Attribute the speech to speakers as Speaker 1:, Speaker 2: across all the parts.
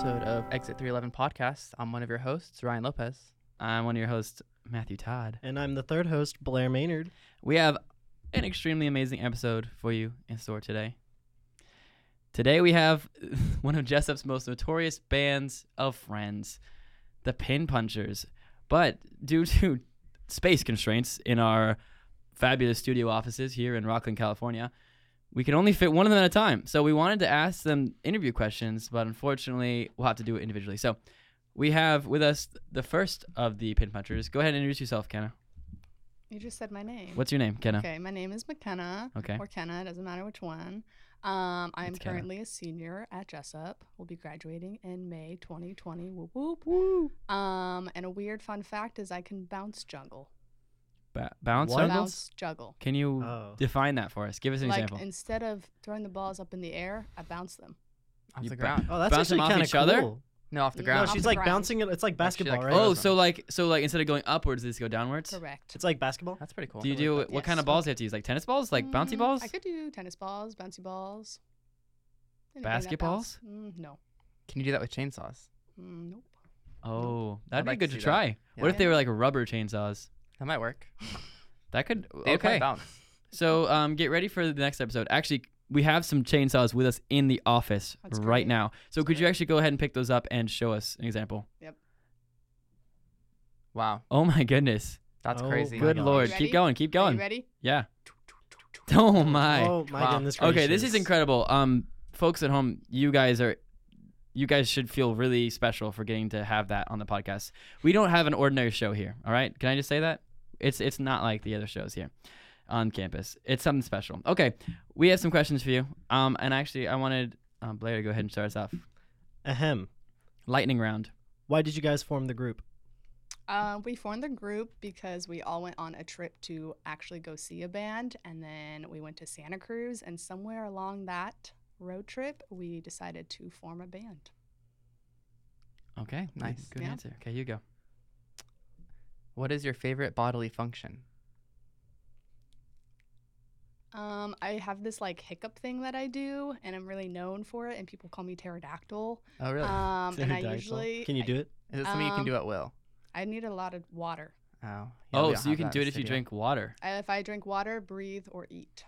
Speaker 1: Exit 311 podcast. I'm one of your hosts, Ryan Lopez.
Speaker 2: I'm one of your hosts, Matthew Todd.
Speaker 3: And I'm the third host, Blair Maynard.
Speaker 2: We have an extremely amazing episode for you in store today. Today we have one of Jessup's most notorious bands of friends, the Pin Punchers. But due to space constraints in our fabulous studio offices here in Rockland, California, we can only fit one of them at a time. So we wanted to ask them interview questions, but unfortunately, we'll have to do it individually. So we have with us the first of the Pin Punchers. Go ahead and introduce yourself, Kenna.
Speaker 4: You just said my name.
Speaker 2: What's your name, Kenna?
Speaker 4: Okay, my name is McKenna
Speaker 2: Okay.
Speaker 4: or Kenna, doesn't matter which one. Um, I'm
Speaker 2: It's Kenna.
Speaker 4: currently a senior at Jessup. We'll be graduating in May 2020. Whoop whoop. Um, and a weird fun fact is I can bounce jungle.
Speaker 2: Ba- bounce
Speaker 3: What?
Speaker 2: jungles?
Speaker 4: Bounce juggle.
Speaker 2: Can you
Speaker 3: Oh.
Speaker 2: define that for us? Give us an
Speaker 4: like
Speaker 2: example.
Speaker 4: instead of throwing the balls up in the air, I bounce them.
Speaker 1: Off
Speaker 2: You
Speaker 1: the
Speaker 2: bet.
Speaker 1: ground.
Speaker 3: Oh, that's
Speaker 2: Bounce 'em
Speaker 3: actually
Speaker 2: off
Speaker 3: kind
Speaker 2: each
Speaker 3: of
Speaker 2: other?
Speaker 3: cool.
Speaker 1: No, off the
Speaker 4: No,
Speaker 1: ground.
Speaker 3: No,
Speaker 4: Off
Speaker 3: she's
Speaker 4: the
Speaker 3: like
Speaker 4: ground.
Speaker 3: bouncing it. It's like
Speaker 1: Like she,
Speaker 3: basketball,
Speaker 1: like,
Speaker 3: right?
Speaker 2: oh,
Speaker 1: throws
Speaker 2: so
Speaker 1: them.
Speaker 2: like so like instead of going upwards, they just go downwards.
Speaker 4: Correct.
Speaker 3: It's like basketball.
Speaker 1: That's pretty cool.
Speaker 2: Do you
Speaker 3: Something
Speaker 2: do
Speaker 3: like
Speaker 2: what
Speaker 4: that.
Speaker 2: kind of
Speaker 4: Yes.
Speaker 2: balls do you have to use? Like tennis balls, like bouncy
Speaker 4: Mm,
Speaker 2: balls?
Speaker 4: I could do tennis balls, bouncy balls. Anything that
Speaker 2: Basketballs?
Speaker 4: bounce. Mm, no.
Speaker 1: Can you do that with chainsaws?
Speaker 4: Mm, nope.
Speaker 2: oh, that'd
Speaker 1: like
Speaker 2: be
Speaker 1: to
Speaker 2: good to
Speaker 1: see that.
Speaker 2: try. What
Speaker 1: Yeah.
Speaker 2: if they were like rubber chainsaws?
Speaker 1: That might work.
Speaker 2: That could
Speaker 1: They would probably
Speaker 2: okay.
Speaker 1: bounce.
Speaker 2: So um, get ready for the next episode. Actually, we have some chainsaws with us in the office
Speaker 4: That's
Speaker 2: right
Speaker 4: great.
Speaker 2: now. So
Speaker 4: That's
Speaker 2: could you
Speaker 4: great.
Speaker 2: actually go ahead and pick those up and show us an example?
Speaker 1: Wow,
Speaker 2: Oh my goodness!
Speaker 1: that's
Speaker 3: Oh
Speaker 1: crazy.
Speaker 3: my
Speaker 2: Good
Speaker 3: God.
Speaker 2: lord!
Speaker 4: You
Speaker 2: Keep
Speaker 4: ready?
Speaker 2: going! Keep
Speaker 4: Are
Speaker 2: going!
Speaker 4: you ready?
Speaker 2: Yeah. Oh my.
Speaker 3: Oh my
Speaker 1: Wow.
Speaker 3: goodness gracious.
Speaker 2: Okay, this is incredible. Um, folks at home, you guys are, you guys should feel really special for getting to have that on the podcast. We don't have an ordinary show here. All right, can I just say that? It's it's not like the other shows here on campus. It's something special. Okay, we have some questions for you. Um, and actually, I wanted um, Blair to go ahead and start us off.
Speaker 3: Ahem.
Speaker 2: Lightning round.
Speaker 3: Why did you guys form the group?
Speaker 4: Uh, we formed the group because we all went on a trip to actually go see a band, and then we went to Santa Cruz. And somewhere along that road trip, we decided to form a band.
Speaker 2: Okay,
Speaker 1: Nice.
Speaker 2: Good
Speaker 4: Yeah.
Speaker 2: answer. Okay, you go.
Speaker 1: What is your favorite bodily function?
Speaker 4: Um, I have this like hiccup thing that I do, and I'm really known for it. And people call me pterodactyl.
Speaker 1: Oh, really?
Speaker 4: Um, and I
Speaker 3: Pterodactyl.
Speaker 4: usually
Speaker 3: Can you
Speaker 4: I-
Speaker 3: do it?
Speaker 1: is it something you can
Speaker 4: um,
Speaker 1: do at will?
Speaker 4: I, need a lot of water.
Speaker 1: Oh, yeah, we
Speaker 2: oh,
Speaker 1: don't
Speaker 2: so you
Speaker 1: have
Speaker 2: can
Speaker 1: that
Speaker 2: do
Speaker 1: in
Speaker 2: it if
Speaker 1: the
Speaker 2: you
Speaker 1: studio.
Speaker 2: drink water.
Speaker 4: I, if I drink water, breathe, or eat.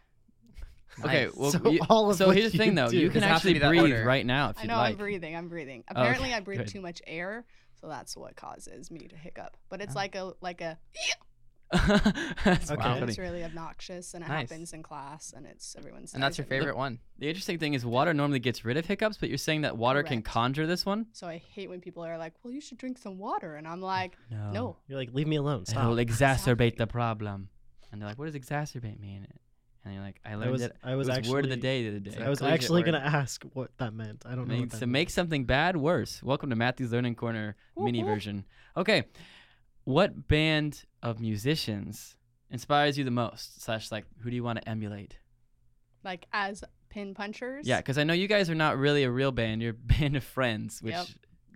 Speaker 2: Okay,
Speaker 1: Nice.
Speaker 2: well,
Speaker 3: So
Speaker 2: you-
Speaker 3: all of
Speaker 2: so
Speaker 3: what
Speaker 2: here's the
Speaker 3: you
Speaker 2: thing though,
Speaker 3: do
Speaker 2: you
Speaker 3: is
Speaker 2: can
Speaker 1: have to
Speaker 2: actually
Speaker 1: be that
Speaker 2: breathe
Speaker 1: order.
Speaker 2: right now if
Speaker 4: I
Speaker 2: you'd
Speaker 4: know I'm
Speaker 2: like.
Speaker 4: breathing. I'm breathing. Apparently, I breathe
Speaker 2: good.
Speaker 4: too much air, so that's what causes me to hiccup. But it's
Speaker 1: Oh.
Speaker 4: like a like a
Speaker 2: That's
Speaker 3: Okay.
Speaker 2: wow.
Speaker 4: And It's really obnoxious, and it
Speaker 1: Nice.
Speaker 4: happens in class, and it's everyone's.
Speaker 1: And that's your favorite one.
Speaker 2: The interesting thing is water normally gets rid of hiccups, but you're saying that water can
Speaker 4: Correct.
Speaker 2: conjure this one?
Speaker 4: So I hate when people are like, "Well, you should drink some water," and I'm like,
Speaker 2: No.
Speaker 4: "No."
Speaker 3: You're like, leave me alone.
Speaker 2: It'll
Speaker 3: Stop.
Speaker 2: exacerbate
Speaker 4: Exactly.
Speaker 2: the problem. And they're like, what does exacerbate mean? And you're like, I learned
Speaker 3: was-
Speaker 2: it.
Speaker 3: I was
Speaker 2: it word of the
Speaker 3: actually-
Speaker 2: day the other day.
Speaker 3: I was
Speaker 2: Collegiate
Speaker 3: actually
Speaker 2: word.
Speaker 3: gonna ask what that meant. I don't know.
Speaker 2: Make-
Speaker 3: What
Speaker 2: to
Speaker 3: that meant.
Speaker 2: make something bad worse. Welcome to Matthew's Learning Corner
Speaker 4: Whoop,
Speaker 2: mini
Speaker 4: whoop.
Speaker 2: version. Okay. What band of musicians inspires you the most? Slash, like, who do you want to emulate?
Speaker 4: Like as pin punchers.
Speaker 2: Yeah, because I know you guys are not really a real band. You're a band of friends, which
Speaker 4: Yep.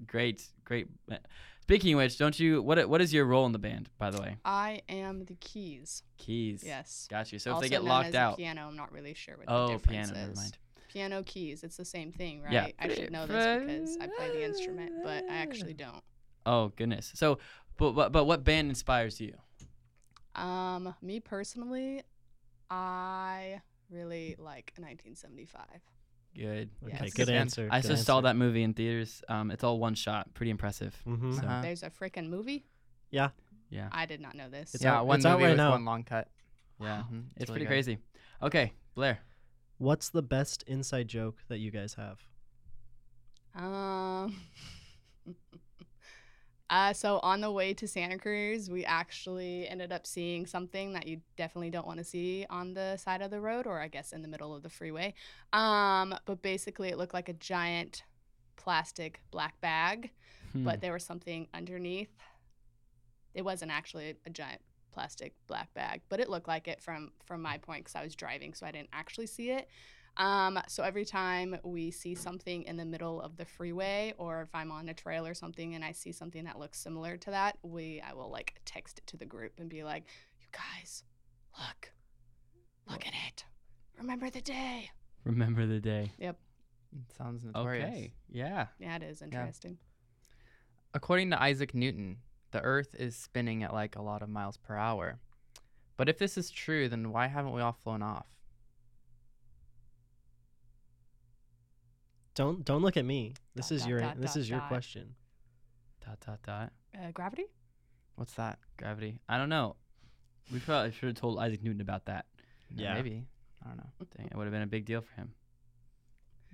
Speaker 2: great, great. eh. Speaking of which, don't you? What what is your role in the band, by the way?
Speaker 4: I am the keys.
Speaker 2: Keys.
Speaker 4: Yes.
Speaker 2: Got you. So
Speaker 4: also
Speaker 2: if they get
Speaker 4: known
Speaker 2: locked
Speaker 4: as a
Speaker 2: out,
Speaker 4: piano. I'm not really sure what the
Speaker 2: oh,
Speaker 4: difference
Speaker 2: piano. Never
Speaker 4: is.
Speaker 2: mind.
Speaker 4: Piano keys. It's the same thing, right?
Speaker 2: Yeah.
Speaker 4: I should know this because I play the instrument, but I actually don't.
Speaker 2: Oh goodness. So, but but, but what band inspires you?
Speaker 4: Um, me personally, I really like 1975.
Speaker 2: Good.
Speaker 3: Okay,
Speaker 1: That's a
Speaker 3: good
Speaker 1: good
Speaker 3: answer.
Speaker 2: I
Speaker 3: good
Speaker 2: just saw
Speaker 3: answer.
Speaker 2: that movie in theaters. Um, it's all one shot. Pretty impressive.
Speaker 3: Mhm.
Speaker 2: So
Speaker 1: Uh-huh.
Speaker 4: There's a freaking movie.
Speaker 2: yeah,
Speaker 4: I did not know this.
Speaker 3: It's
Speaker 1: yeah,
Speaker 3: out-
Speaker 1: one
Speaker 3: it's
Speaker 1: movie
Speaker 3: out right
Speaker 1: with
Speaker 3: now.
Speaker 1: one long cut.
Speaker 2: yeah.
Speaker 1: Mhm,
Speaker 2: It's, pretty
Speaker 1: really good.
Speaker 2: crazy. Okay, Blair.
Speaker 3: What's the best inside joke that you guys have?
Speaker 4: Um. uh, so on the way to Santa Cruz, we actually ended up seeing something that you definitely don't want to see on the side of the road, or I guess in the middle of the freeway. Um, but basically, it looked like a giant plastic black bag,
Speaker 2: Hmm.
Speaker 4: but there was something underneath. It wasn't actually a giant plastic black bag, but it looked like it from from my point because I was driving, so I didn't actually see it. Um, so every time we see something in the middle of the freeway, or if I'm on a trail or something and I see something that looks similar to that, we I will like text it to the group and be like, "You guys, look, look at it. Remember the day."
Speaker 2: remember the day.
Speaker 1: Sounds notorious.
Speaker 2: Okay. Yeah.
Speaker 4: Yeah, it is interesting.
Speaker 1: According to Isaac Newton, the Earth is spinning at like a lot of miles per hour. But if this is true, then why haven't we all flown off?
Speaker 3: Don't don't look at me. This
Speaker 4: Dot,
Speaker 3: is
Speaker 4: dot,
Speaker 3: your
Speaker 4: dot,
Speaker 3: this
Speaker 4: dot,
Speaker 3: is your
Speaker 4: dot.
Speaker 3: question.
Speaker 2: Dot dot dot.
Speaker 4: Uh, gravity?
Speaker 1: What's that? Uh,
Speaker 2: Gravity. I don't know. We probably should have told Isaac Newton about that.
Speaker 3: Yeah.
Speaker 1: Maybe. I don't know.
Speaker 2: Dang, it would have been a big deal for him.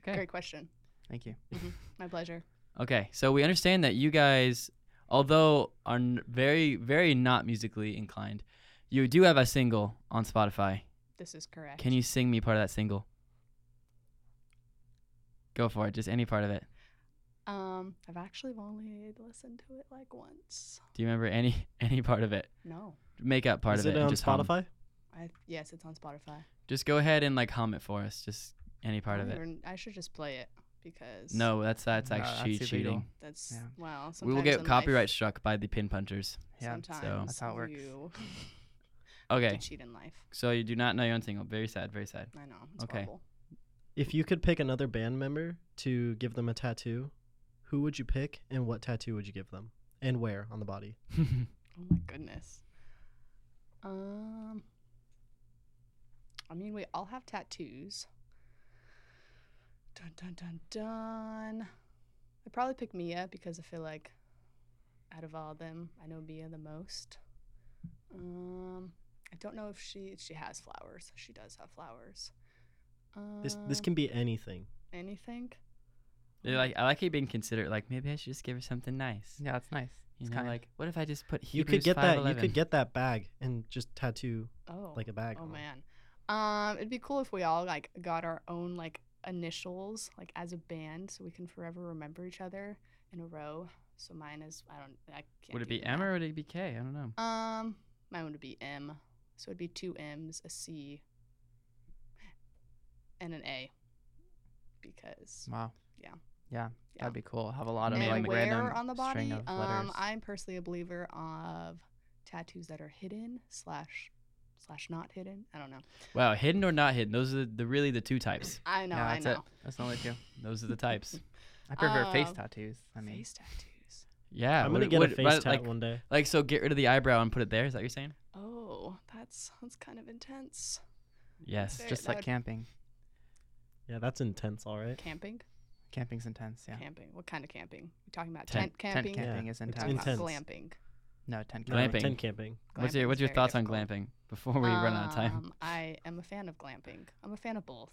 Speaker 2: Okay.
Speaker 4: Great question.
Speaker 1: Thank you.
Speaker 4: My pleasure.
Speaker 2: Okay, so we understand that you guys, although are n- very, very not musically inclined, you do have a single on Spotify.
Speaker 4: This is correct.
Speaker 2: Can you sing me part of that single? Go for it, just any part of it.
Speaker 4: Um, I've actually only listened to it like once.
Speaker 2: Do you remember any any part of it?
Speaker 4: No,
Speaker 2: Make up part
Speaker 3: is
Speaker 2: of it.
Speaker 3: it
Speaker 2: and
Speaker 3: on
Speaker 2: just hum.
Speaker 3: Spotify?
Speaker 4: I yes, it's on Spotify.
Speaker 2: Just go ahead and like hum it for us. Just any part
Speaker 4: I
Speaker 2: of
Speaker 4: don't
Speaker 2: it.
Speaker 4: even- I should just play it because
Speaker 2: No, that's that's
Speaker 1: No,
Speaker 2: actually
Speaker 1: that's illegal.
Speaker 2: cheating.
Speaker 4: that's
Speaker 1: Yeah.
Speaker 4: wow.
Speaker 2: We will
Speaker 4: sometimes
Speaker 2: get
Speaker 4: in
Speaker 2: copyright
Speaker 4: life-
Speaker 2: struck by the pin punchers.
Speaker 1: Yeah.
Speaker 4: sometimes
Speaker 1: that's how it works.
Speaker 4: You
Speaker 2: Okay,
Speaker 4: okay. cheat in life.
Speaker 2: so you do not know your own single. Very sad. Very sad.
Speaker 4: I know. It's
Speaker 2: Okay.
Speaker 4: horrible.
Speaker 3: If you could pick another band member to give them a tattoo, who would you pick and what tattoo would you give them? And where on the body?
Speaker 4: Oh my goodness. Um, I mean, we all have tattoos. Dun dun dun dun. I'd probably pick Mia because I feel like out of all of them, I know Mia the most. Um, I don't know if she she has flowers. She does have flowers. Um,
Speaker 3: This this can be anything.
Speaker 4: anything.
Speaker 2: They're like, I like you being considerate. Like, maybe I should just give her something nice.
Speaker 1: Yeah, that's nice.
Speaker 2: You
Speaker 1: It's
Speaker 2: know,
Speaker 1: kind
Speaker 2: like, what if I just put Hebrews
Speaker 3: You could get that you
Speaker 2: 5:11?
Speaker 3: could get that bag and just tattoo
Speaker 4: Oh,
Speaker 3: like a bag.
Speaker 4: Oh
Speaker 3: on it.
Speaker 4: man. Um, it'd be cool if we all like got our own like initials like as a band, so we can forever remember each other in a row. So mine is I don't I can't.
Speaker 2: Would it
Speaker 4: do
Speaker 2: be
Speaker 4: the
Speaker 2: M
Speaker 4: math.
Speaker 2: or would it be K? I don't know.
Speaker 4: Um, mine would be M. So it'd be two M's, a C, and an A. Because
Speaker 1: wow.
Speaker 4: Yeah.
Speaker 1: Yeah.
Speaker 4: Yeah.
Speaker 1: That'd be cool. Have a lot of
Speaker 2: And
Speaker 1: like
Speaker 2: where
Speaker 1: random
Speaker 4: on the body?
Speaker 1: string of letters.
Speaker 4: Um, I'm personally a believer of tattoos that are hidden slash slash not hidden. I don't know.
Speaker 2: Wow, hidden or not hidden? Those are the, the really the two types.
Speaker 4: I know.
Speaker 1: yeah,
Speaker 4: I
Speaker 1: that's
Speaker 4: know.
Speaker 1: it. That's the only two.
Speaker 2: Those are the types.
Speaker 1: I prefer face
Speaker 4: Um,
Speaker 1: tattoos. I mean,
Speaker 4: Face tattoos.
Speaker 2: Yeah,
Speaker 3: I'm
Speaker 2: would-
Speaker 3: gonna get
Speaker 2: would-
Speaker 3: a face
Speaker 2: right,
Speaker 3: tat
Speaker 2: like,
Speaker 3: one day.
Speaker 2: Like, so get rid of the eyebrow and put it there. Is that what you're saying?
Speaker 4: Oh, that's that's kind of intense.
Speaker 2: Yes.
Speaker 4: Fair.
Speaker 1: just
Speaker 4: that
Speaker 1: like
Speaker 4: would-
Speaker 1: camping.
Speaker 3: Yeah, that's intense, all right.
Speaker 4: Camping?
Speaker 1: Camping's intense. Yeah.
Speaker 4: Camping. What kind of camping? We talking about
Speaker 2: Tent-
Speaker 4: tent, camping?
Speaker 1: Tent camping
Speaker 3: Yeah,
Speaker 1: is
Speaker 3: it's
Speaker 1: intense.
Speaker 4: Talking about
Speaker 3: intense.
Speaker 4: Glamping.
Speaker 1: No, tent
Speaker 3: No,
Speaker 1: camping.
Speaker 2: Glamping.
Speaker 3: tent camping.
Speaker 2: What's your
Speaker 4: Glamping
Speaker 2: What's
Speaker 4: is
Speaker 2: your
Speaker 4: very
Speaker 2: thoughts on
Speaker 4: difficult.
Speaker 2: glamping before we run out of time?
Speaker 4: Um, I am a fan of glamping. I'm a fan of both,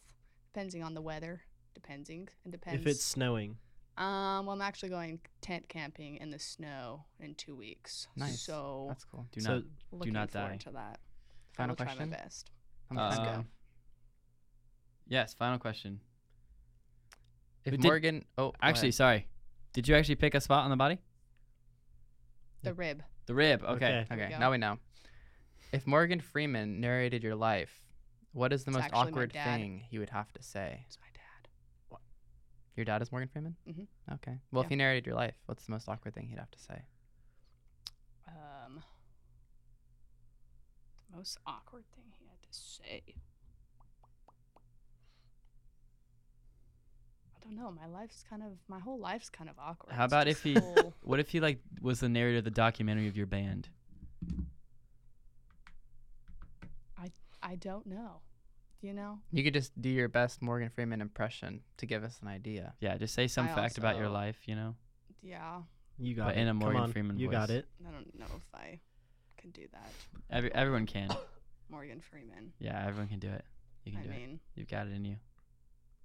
Speaker 4: depending on the weather. Depending and depends.
Speaker 3: If it's snowing,
Speaker 4: um, well, I'm actually going tent camping in the snow in two weeks.
Speaker 1: Nice.
Speaker 4: So
Speaker 1: That's cool.
Speaker 2: Do
Speaker 3: so
Speaker 2: not.
Speaker 4: looking
Speaker 2: not
Speaker 4: forward
Speaker 2: die.
Speaker 4: to that. I
Speaker 1: Final
Speaker 4: will try
Speaker 1: question.
Speaker 4: my best.
Speaker 1: How much time do we have?
Speaker 2: Um, yes. Final question.
Speaker 1: If
Speaker 2: we did-
Speaker 1: Morgan, oh, go
Speaker 2: Actually,
Speaker 1: ahead.
Speaker 2: sorry. Did you actually pick a spot on the body?
Speaker 4: The rib.
Speaker 2: The rib. Okay.
Speaker 4: There we
Speaker 1: okay,
Speaker 4: go.
Speaker 1: now we know. If Morgan Freeman narrated your life, what is the
Speaker 4: It's
Speaker 1: most
Speaker 4: actually my
Speaker 1: awkward
Speaker 4: dad.
Speaker 1: thing you would have to say?
Speaker 4: It's my dad.
Speaker 1: Your dad is Morgan Freeman.
Speaker 4: Mhm.
Speaker 1: Okay. Well,
Speaker 4: Yeah.
Speaker 1: if he narrated your life, what's the most awkward thing he'd have to say?
Speaker 4: Um, most awkward thing he had to say. I don't know. My life's kind of my whole life's kind of awkward.
Speaker 2: How
Speaker 4: It's
Speaker 2: about
Speaker 4: just
Speaker 2: if he-
Speaker 4: full-
Speaker 2: What if he like was the narrator of the documentary of your band?
Speaker 4: I don't know. You know,
Speaker 1: You could just do your best Morgan Freeman impression to give us an idea.
Speaker 2: Yeah. Just say some
Speaker 4: I
Speaker 2: fact about your
Speaker 4: also-
Speaker 2: life. You know.
Speaker 4: yeah.
Speaker 3: you got
Speaker 2: But
Speaker 3: it.
Speaker 2: in a Morgan
Speaker 3: Come on,
Speaker 2: Freeman
Speaker 3: you got
Speaker 2: voice.
Speaker 3: it.
Speaker 4: I don't know if I can do that.
Speaker 2: Every, everyone can.
Speaker 4: Morgan Freeman.
Speaker 2: Yeah, everyone can do it. You can
Speaker 4: I
Speaker 2: do it.
Speaker 4: mean,
Speaker 2: You've got it in you.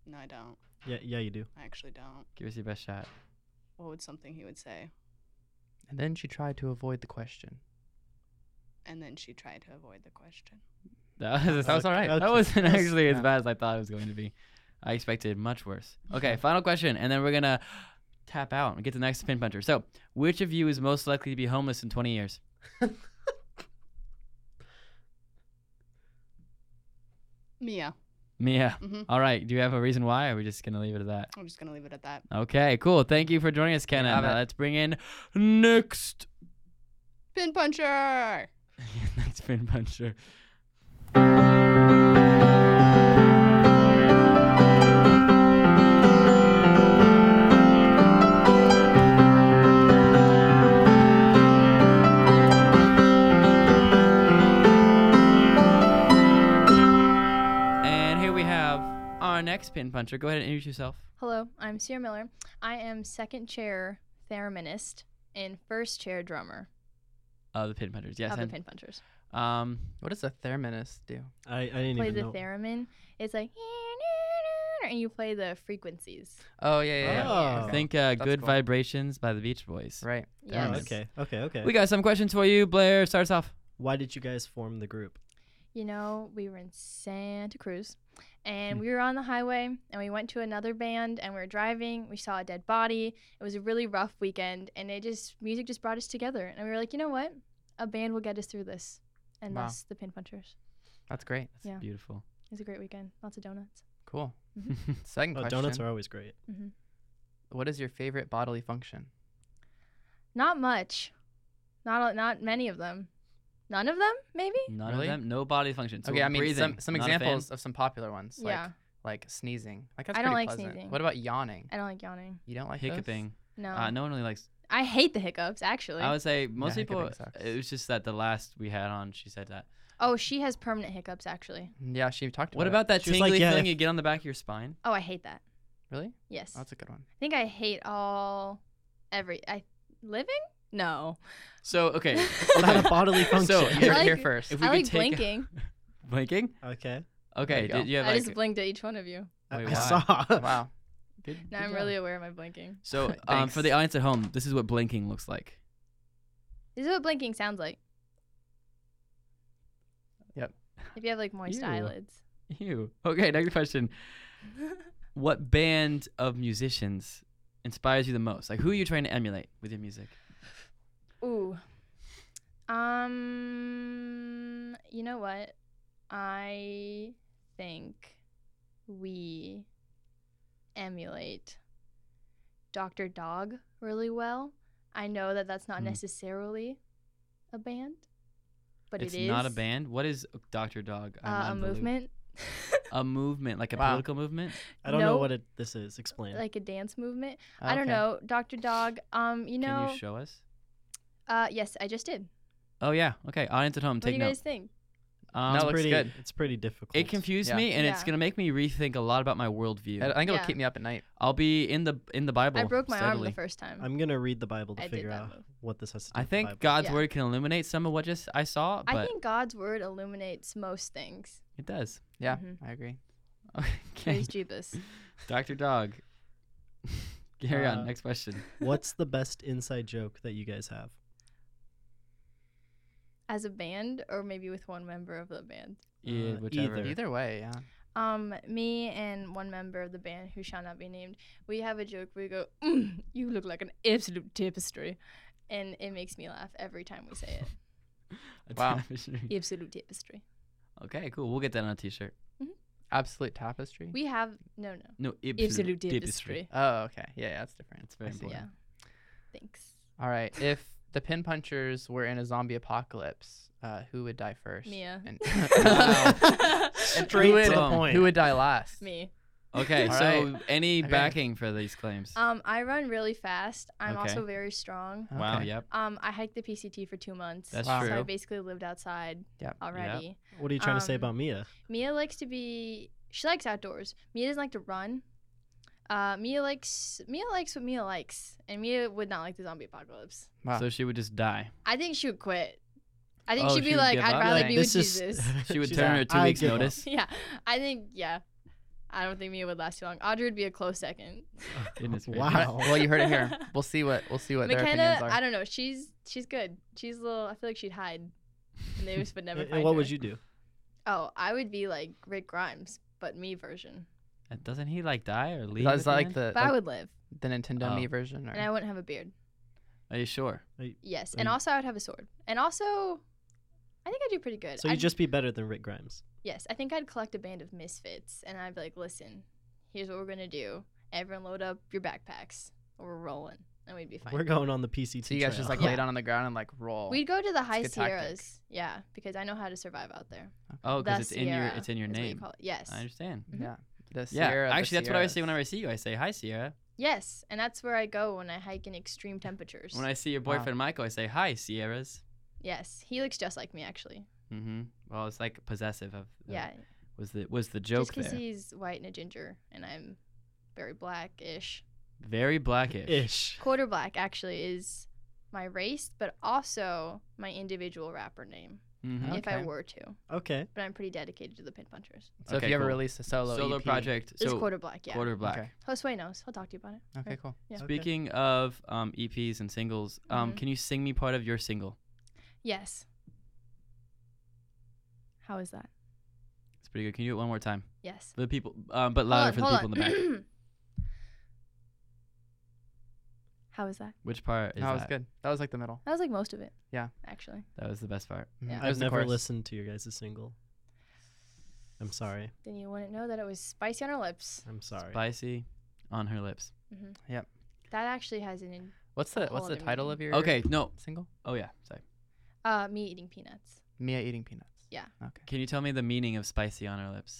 Speaker 4: no, I don't.
Speaker 3: Yeah, yeah, you do.
Speaker 4: I actually don't.
Speaker 2: Give us your best shot.
Speaker 4: What would something he would say?
Speaker 1: And then she tried to avoid the question.
Speaker 4: And then she tried to avoid the question.
Speaker 2: That was,
Speaker 1: That was all right.
Speaker 2: That
Speaker 3: Okay.
Speaker 2: wasn't
Speaker 3: That's-
Speaker 2: actually as
Speaker 1: yeah.
Speaker 2: bad as I thought it was going to be. I expected much worse. Okay, final question, and then we're gonna tap out and get to the next pin puncher. So, which of you is most likely to be homeless in 20 years?
Speaker 4: Mia.
Speaker 2: Mia.
Speaker 4: hmm
Speaker 2: All right. Do you have a reason why? Or are we just gonna leave it at that?
Speaker 4: I'm just gonna leave it at that.
Speaker 2: Okay. Cool. Thank you for joining us, Kenna.
Speaker 1: have
Speaker 2: Now
Speaker 1: it.
Speaker 2: let's bring in next
Speaker 4: Pin puncher.
Speaker 2: next pin puncher. have our next pin puncher. Go ahead and introduce yourself.
Speaker 5: Hello, I'm Sierra Miller. I am second chair thereminist and first chair drummer
Speaker 2: Uh, the pin punchers. Yes.
Speaker 5: of the
Speaker 2: and,
Speaker 5: Pin Punchers.
Speaker 2: um,
Speaker 1: What does a thereminist do?
Speaker 3: I, I didn't
Speaker 5: Play
Speaker 3: even
Speaker 5: the
Speaker 3: know.
Speaker 5: theremin. It's like and you play the frequencies.
Speaker 1: Oh yeah, yeah. yeah.
Speaker 3: Oh.
Speaker 1: Okay.
Speaker 2: think uh,
Speaker 1: That's
Speaker 2: "Good
Speaker 1: cool.
Speaker 2: Vibrations" by the Beach Boys.
Speaker 1: Right.
Speaker 3: Oh,
Speaker 5: Yes.
Speaker 3: okay, okay, okay.
Speaker 2: We got some questions for you, Blair. Start us off.
Speaker 3: Why did you guys form the group?
Speaker 5: You know, we were in Santa Cruz
Speaker 3: Hmm.
Speaker 5: and we were on the highway and we went to another band and we were driving. We saw a dead body. It was a really rough weekend and it just, music just brought us together. And we were like, you know what? A band will get us through this. And
Speaker 1: Wow.
Speaker 5: thus the Pin Punchers.
Speaker 1: That's great.
Speaker 2: That's
Speaker 5: Yeah.
Speaker 2: beautiful.
Speaker 5: It was a great weekend. Lots of donuts.
Speaker 1: Cool. Second
Speaker 3: Oh,
Speaker 1: question.
Speaker 3: donuts are always great.
Speaker 5: hmm
Speaker 1: What is your favorite bodily function?
Speaker 5: Not much. Not, a- not many of them. None of them, maybe?
Speaker 2: None
Speaker 1: Really?
Speaker 2: of them. No body function. So
Speaker 1: okay, I mean
Speaker 2: breathing.
Speaker 1: some some
Speaker 2: Not a fan.
Speaker 1: examples of some popular ones. Like,
Speaker 5: yeah.
Speaker 1: Like sneezing. Like that's
Speaker 5: I don't
Speaker 1: pretty
Speaker 5: like
Speaker 1: pleasant.
Speaker 5: sneezing.
Speaker 1: What about yawning?
Speaker 5: I don't like yawning.
Speaker 1: You don't like those?
Speaker 2: Hiccuping.
Speaker 5: No.
Speaker 1: Oh.
Speaker 2: Uh, no one really likes.
Speaker 5: I hate the hiccups, actually.
Speaker 2: I would say most people.
Speaker 1: hiccuping sucks.
Speaker 2: It was just that the last we had on, she said that.
Speaker 5: oh, she has permanent hiccups, actually.
Speaker 1: Yeah, she talked about.
Speaker 2: What
Speaker 1: it.
Speaker 2: about that
Speaker 3: She was like,
Speaker 2: tingly
Speaker 3: "Yeah,
Speaker 2: feeling
Speaker 3: if-
Speaker 2: you get on the back of your spine?
Speaker 5: Oh, I hate that.
Speaker 1: really?
Speaker 5: Yes.
Speaker 1: Oh, that's a good one.
Speaker 5: I think I hate all every I living? No.
Speaker 2: So okay,
Speaker 3: Not a bodily function.
Speaker 2: So,
Speaker 1: You're
Speaker 5: I
Speaker 1: here
Speaker 5: like-
Speaker 1: first.
Speaker 2: if we
Speaker 5: I
Speaker 2: could
Speaker 5: like
Speaker 2: take-
Speaker 5: blinking.
Speaker 2: blinking.
Speaker 3: okay,
Speaker 2: Okay,
Speaker 1: you go.
Speaker 2: did you have
Speaker 5: I
Speaker 2: like?
Speaker 5: just blinked at each one of you.
Speaker 3: I-
Speaker 2: Wait,
Speaker 3: I,
Speaker 2: why?
Speaker 3: saw.
Speaker 1: wow.
Speaker 2: Good-
Speaker 5: Now
Speaker 2: good
Speaker 5: I'm
Speaker 2: job.
Speaker 5: really aware of my blinking.
Speaker 2: So um, for the
Speaker 1: Thanks.
Speaker 2: audience at home, this is what blinking looks like.
Speaker 5: This is what blinking sounds like.
Speaker 1: Yep.
Speaker 5: If you have like moist
Speaker 2: Ew.
Speaker 5: eyelids.
Speaker 2: Ew. Okay, next question. what band of musicians inspires you the most? Like, who are you trying to emulate with your music?
Speaker 5: Ooh. Um you know what? I think we emulate Dr. Dog really well. I know that that's not
Speaker 2: Hmm.
Speaker 5: necessarily a band, but
Speaker 2: it's
Speaker 5: it is
Speaker 2: not a band. What is Dr. Dog? I'm
Speaker 5: uh,
Speaker 2: out
Speaker 5: a
Speaker 2: of the loop.
Speaker 5: movement,
Speaker 2: A movement, like a
Speaker 1: Wow.
Speaker 2: political movement.
Speaker 3: I don't know
Speaker 5: Nope.
Speaker 3: what it, this is. Explain.
Speaker 5: like a dance movement.
Speaker 1: Oh,
Speaker 5: I don't
Speaker 1: okay.
Speaker 5: know, Dr. Dog. Um, you know,
Speaker 2: Can you show us?
Speaker 5: uh, yes, I just did.
Speaker 2: Oh yeah. Okay, audience at home,
Speaker 5: What do
Speaker 2: take
Speaker 5: you
Speaker 2: note.
Speaker 5: guys think?
Speaker 2: Um,
Speaker 1: No,
Speaker 3: it's
Speaker 1: looks
Speaker 3: pretty.
Speaker 1: good.
Speaker 3: It's pretty difficult.
Speaker 2: it confused
Speaker 1: Yeah.
Speaker 2: me, and it's
Speaker 5: Yeah.
Speaker 2: gonna make me rethink a lot about my
Speaker 1: I I
Speaker 2: worldview.
Speaker 1: think it'll
Speaker 5: Yeah.
Speaker 1: keep me up at night.
Speaker 2: I'll be in the in the Bible.
Speaker 5: I broke my arm
Speaker 2: steadily.
Speaker 5: the first time.
Speaker 3: I'm gonna read the Bible to
Speaker 5: I did
Speaker 3: figure
Speaker 5: that
Speaker 3: out
Speaker 5: move.
Speaker 3: what this has to do.
Speaker 2: I
Speaker 3: with the
Speaker 2: think
Speaker 3: Bible.
Speaker 2: God's
Speaker 5: Yeah.
Speaker 2: word can illuminate some of what just I saw, but
Speaker 5: I think God's word illuminates most things.
Speaker 2: it does.
Speaker 1: Yeah,
Speaker 5: Mhm.
Speaker 1: I agree.
Speaker 2: Okay,
Speaker 5: Praise Jeebus.
Speaker 2: Dr. Dog. Carry
Speaker 3: Uh,
Speaker 2: on. Next question.
Speaker 3: What's the best inside joke that you guys have?
Speaker 5: As a band, or maybe with one member of the band.
Speaker 2: Yeah,
Speaker 3: Uh,
Speaker 2: whichever.
Speaker 3: either.
Speaker 1: Either way, yeah.
Speaker 5: Um, me and one member of the band who shall not be named, we have a joke where we go, mm, "You look like an absolute tapestry," and it makes me laugh every time we say it.
Speaker 2: A
Speaker 1: Wow.
Speaker 2: tapestry.
Speaker 5: absolute tapestry.
Speaker 2: Okay, cool. We'll get that on a t-shirt.
Speaker 1: Absolute tapestry.
Speaker 5: We have no, no.
Speaker 2: No,
Speaker 5: Absolute
Speaker 2: tapestry.
Speaker 5: tapestry.
Speaker 1: oh, okay. Yeah, yeah, that's different.
Speaker 2: That's very
Speaker 1: I see.
Speaker 2: important.
Speaker 5: Yeah. Thanks.
Speaker 1: All right. If the pin punchers were in a zombie apocalypse, uh, who would die first?
Speaker 5: Mia.
Speaker 1: And,
Speaker 2: Wow.
Speaker 1: who
Speaker 3: Straight
Speaker 1: would,
Speaker 3: to the
Speaker 2: Boom.
Speaker 3: point.
Speaker 1: Who would die last?
Speaker 5: Me.
Speaker 2: Okay,
Speaker 1: All
Speaker 2: so any
Speaker 1: Okay.
Speaker 2: backing for these claims?
Speaker 5: Um, I run really fast. I'm
Speaker 2: Okay.
Speaker 5: also very strong.
Speaker 1: Okay.
Speaker 2: Wow, yep.
Speaker 5: Um, I hiked the PCT for two months.
Speaker 2: That's
Speaker 1: Wow.
Speaker 5: So I
Speaker 2: true.
Speaker 5: basically lived outside
Speaker 1: Yep.
Speaker 5: already.
Speaker 3: What are you trying to say
Speaker 5: um,
Speaker 3: about Mia?
Speaker 5: Mia likes to be. She likes outdoors. Mia doesn't like to run. Uh, Mia likes Mia likes what Mia likes, and Mia would not like the zombie apocalypse.
Speaker 1: Wow.
Speaker 2: So she would just die.
Speaker 5: I think she would quit. I think
Speaker 2: Oh,
Speaker 5: she'd be
Speaker 2: she would
Speaker 5: like,
Speaker 2: give
Speaker 5: "I'd
Speaker 2: up?
Speaker 5: rather
Speaker 1: Like,
Speaker 5: be with
Speaker 3: this
Speaker 5: Jesus."
Speaker 2: She would
Speaker 3: She's
Speaker 2: turn
Speaker 3: like,
Speaker 2: her two
Speaker 3: "I
Speaker 2: weeks
Speaker 3: give up."
Speaker 2: notice.
Speaker 5: yeah, I think yeah. I don't think Mia would last too long. Audrey would be a close second.
Speaker 2: Goodness gracious.
Speaker 1: All right,
Speaker 3: Wow.
Speaker 1: well, you heard it here. We'll see what we'll see what their
Speaker 5: McKenna,
Speaker 1: opinions are.
Speaker 5: I don't know. She's she's good. She's a little. I feel like she'd hide, and they just would never
Speaker 3: And-
Speaker 5: find
Speaker 3: and Eh, what
Speaker 5: her.
Speaker 3: would you do?
Speaker 5: Oh, I would be like Rick Grimes, but me version.
Speaker 2: Uh, Doesn't he like die or leave?
Speaker 1: Is that- is
Speaker 2: at
Speaker 1: that like
Speaker 2: end?
Speaker 1: the
Speaker 5: But I
Speaker 1: like
Speaker 5: would live,
Speaker 1: the Nintendo
Speaker 2: Oh.
Speaker 1: Me version? Or?
Speaker 5: and I wouldn't have a beard.
Speaker 2: Are you sure?
Speaker 5: Yes,
Speaker 3: So
Speaker 5: and
Speaker 2: Mm.
Speaker 3: you-
Speaker 5: also I would have a sword. And also, I think I'd do pretty good.
Speaker 3: So you'd
Speaker 5: I'd-
Speaker 3: just be better than Rick Grimes.
Speaker 5: yes, I think I'd collect a band of misfits, and I'd be like, listen, here's what we're gonna do. Everyone load up your backpacks. We're rolling, and we'd be fine.
Speaker 3: We're going on the PCT.
Speaker 1: so you guys
Speaker 3: trail.
Speaker 1: just like
Speaker 5: Yeah.
Speaker 1: lay down on the ground and like roll.
Speaker 5: We'd go to the High
Speaker 1: good tactic.
Speaker 5: Sierras, yeah, because I know how to survive out there.
Speaker 2: Oh,
Speaker 5: The
Speaker 2: because it's in your
Speaker 5: Sierra
Speaker 2: it's in your
Speaker 5: is what you
Speaker 2: name.
Speaker 5: call it. Yes,
Speaker 2: I understand.
Speaker 5: Mhm.
Speaker 1: yeah. The
Speaker 2: Yeah,
Speaker 1: Sierra, the
Speaker 2: actually, that's what I say
Speaker 1: Sierras.
Speaker 2: whenever I see you. I say hi, Sierra.
Speaker 5: yes, and that's where I go when I hike in extreme temperatures.
Speaker 2: When I see your
Speaker 1: Wow.
Speaker 2: boyfriend Michael, I say hi, Sierras.
Speaker 5: yes, he looks just like me actually.
Speaker 2: Mm-hmm. Well, it's like possessive of. of
Speaker 5: Yeah,
Speaker 2: Was the was the
Speaker 5: Just
Speaker 2: joke
Speaker 5: 'cause
Speaker 2: there?
Speaker 5: he's white and a ginger, and I'm very blackish.
Speaker 2: Very blackish.
Speaker 3: Ish.
Speaker 5: Quarter black actually is my race, but also my individual rapper name
Speaker 2: Mhm.
Speaker 5: if I
Speaker 1: Okay.
Speaker 5: were to.
Speaker 3: Okay.
Speaker 5: But I'm pretty dedicated to the Pin Punchers.
Speaker 1: So
Speaker 2: Okay,
Speaker 1: if you ever
Speaker 2: cool.
Speaker 1: release a solo
Speaker 2: solo
Speaker 1: EP,
Speaker 2: project. So
Speaker 5: it's quarter black, yeah.
Speaker 2: quarter black.
Speaker 1: E Okay.
Speaker 5: Josue knows. He'll talk to you about it.
Speaker 1: Okay, cool.
Speaker 5: Yeah.
Speaker 3: Okay.
Speaker 2: Speaking of um, EPs and singles, um,
Speaker 5: Mhm.
Speaker 2: can you sing me part of your single?
Speaker 5: Yes. How is that?
Speaker 2: It's pretty good. Can you do it one more time
Speaker 5: Yes.
Speaker 2: for the people, um, but
Speaker 5: Hold
Speaker 2: louder
Speaker 5: on,
Speaker 2: for the
Speaker 5: hold
Speaker 2: people in the
Speaker 5: on.
Speaker 2: back?
Speaker 5: How was that?
Speaker 2: Which part is
Speaker 1: that was
Speaker 2: that?
Speaker 1: good. That was like the middle.
Speaker 5: That was like most of it.
Speaker 1: Yeah.
Speaker 5: Actually.
Speaker 2: That was the best part.
Speaker 1: It
Speaker 5: Yeah.
Speaker 1: was
Speaker 3: I've
Speaker 1: the
Speaker 3: never
Speaker 1: chorus.
Speaker 3: listened to your guys' single. I'm sorry.
Speaker 5: Then you wouldn't know that it was spicy on her lips.
Speaker 3: I'm sorry.
Speaker 2: Spicy on her lips.
Speaker 5: That actually has an in-
Speaker 1: What's the what's the
Speaker 5: whole other
Speaker 1: title of
Speaker 5: meaning.
Speaker 1: your
Speaker 2: Okay, no.
Speaker 1: single?
Speaker 2: Oh yeah, sorry.
Speaker 5: uh me eating peanuts.
Speaker 1: Mia eating peanuts.
Speaker 5: Yeah.
Speaker 1: Okay.
Speaker 2: Can you tell me the meaning of spicy on her lips?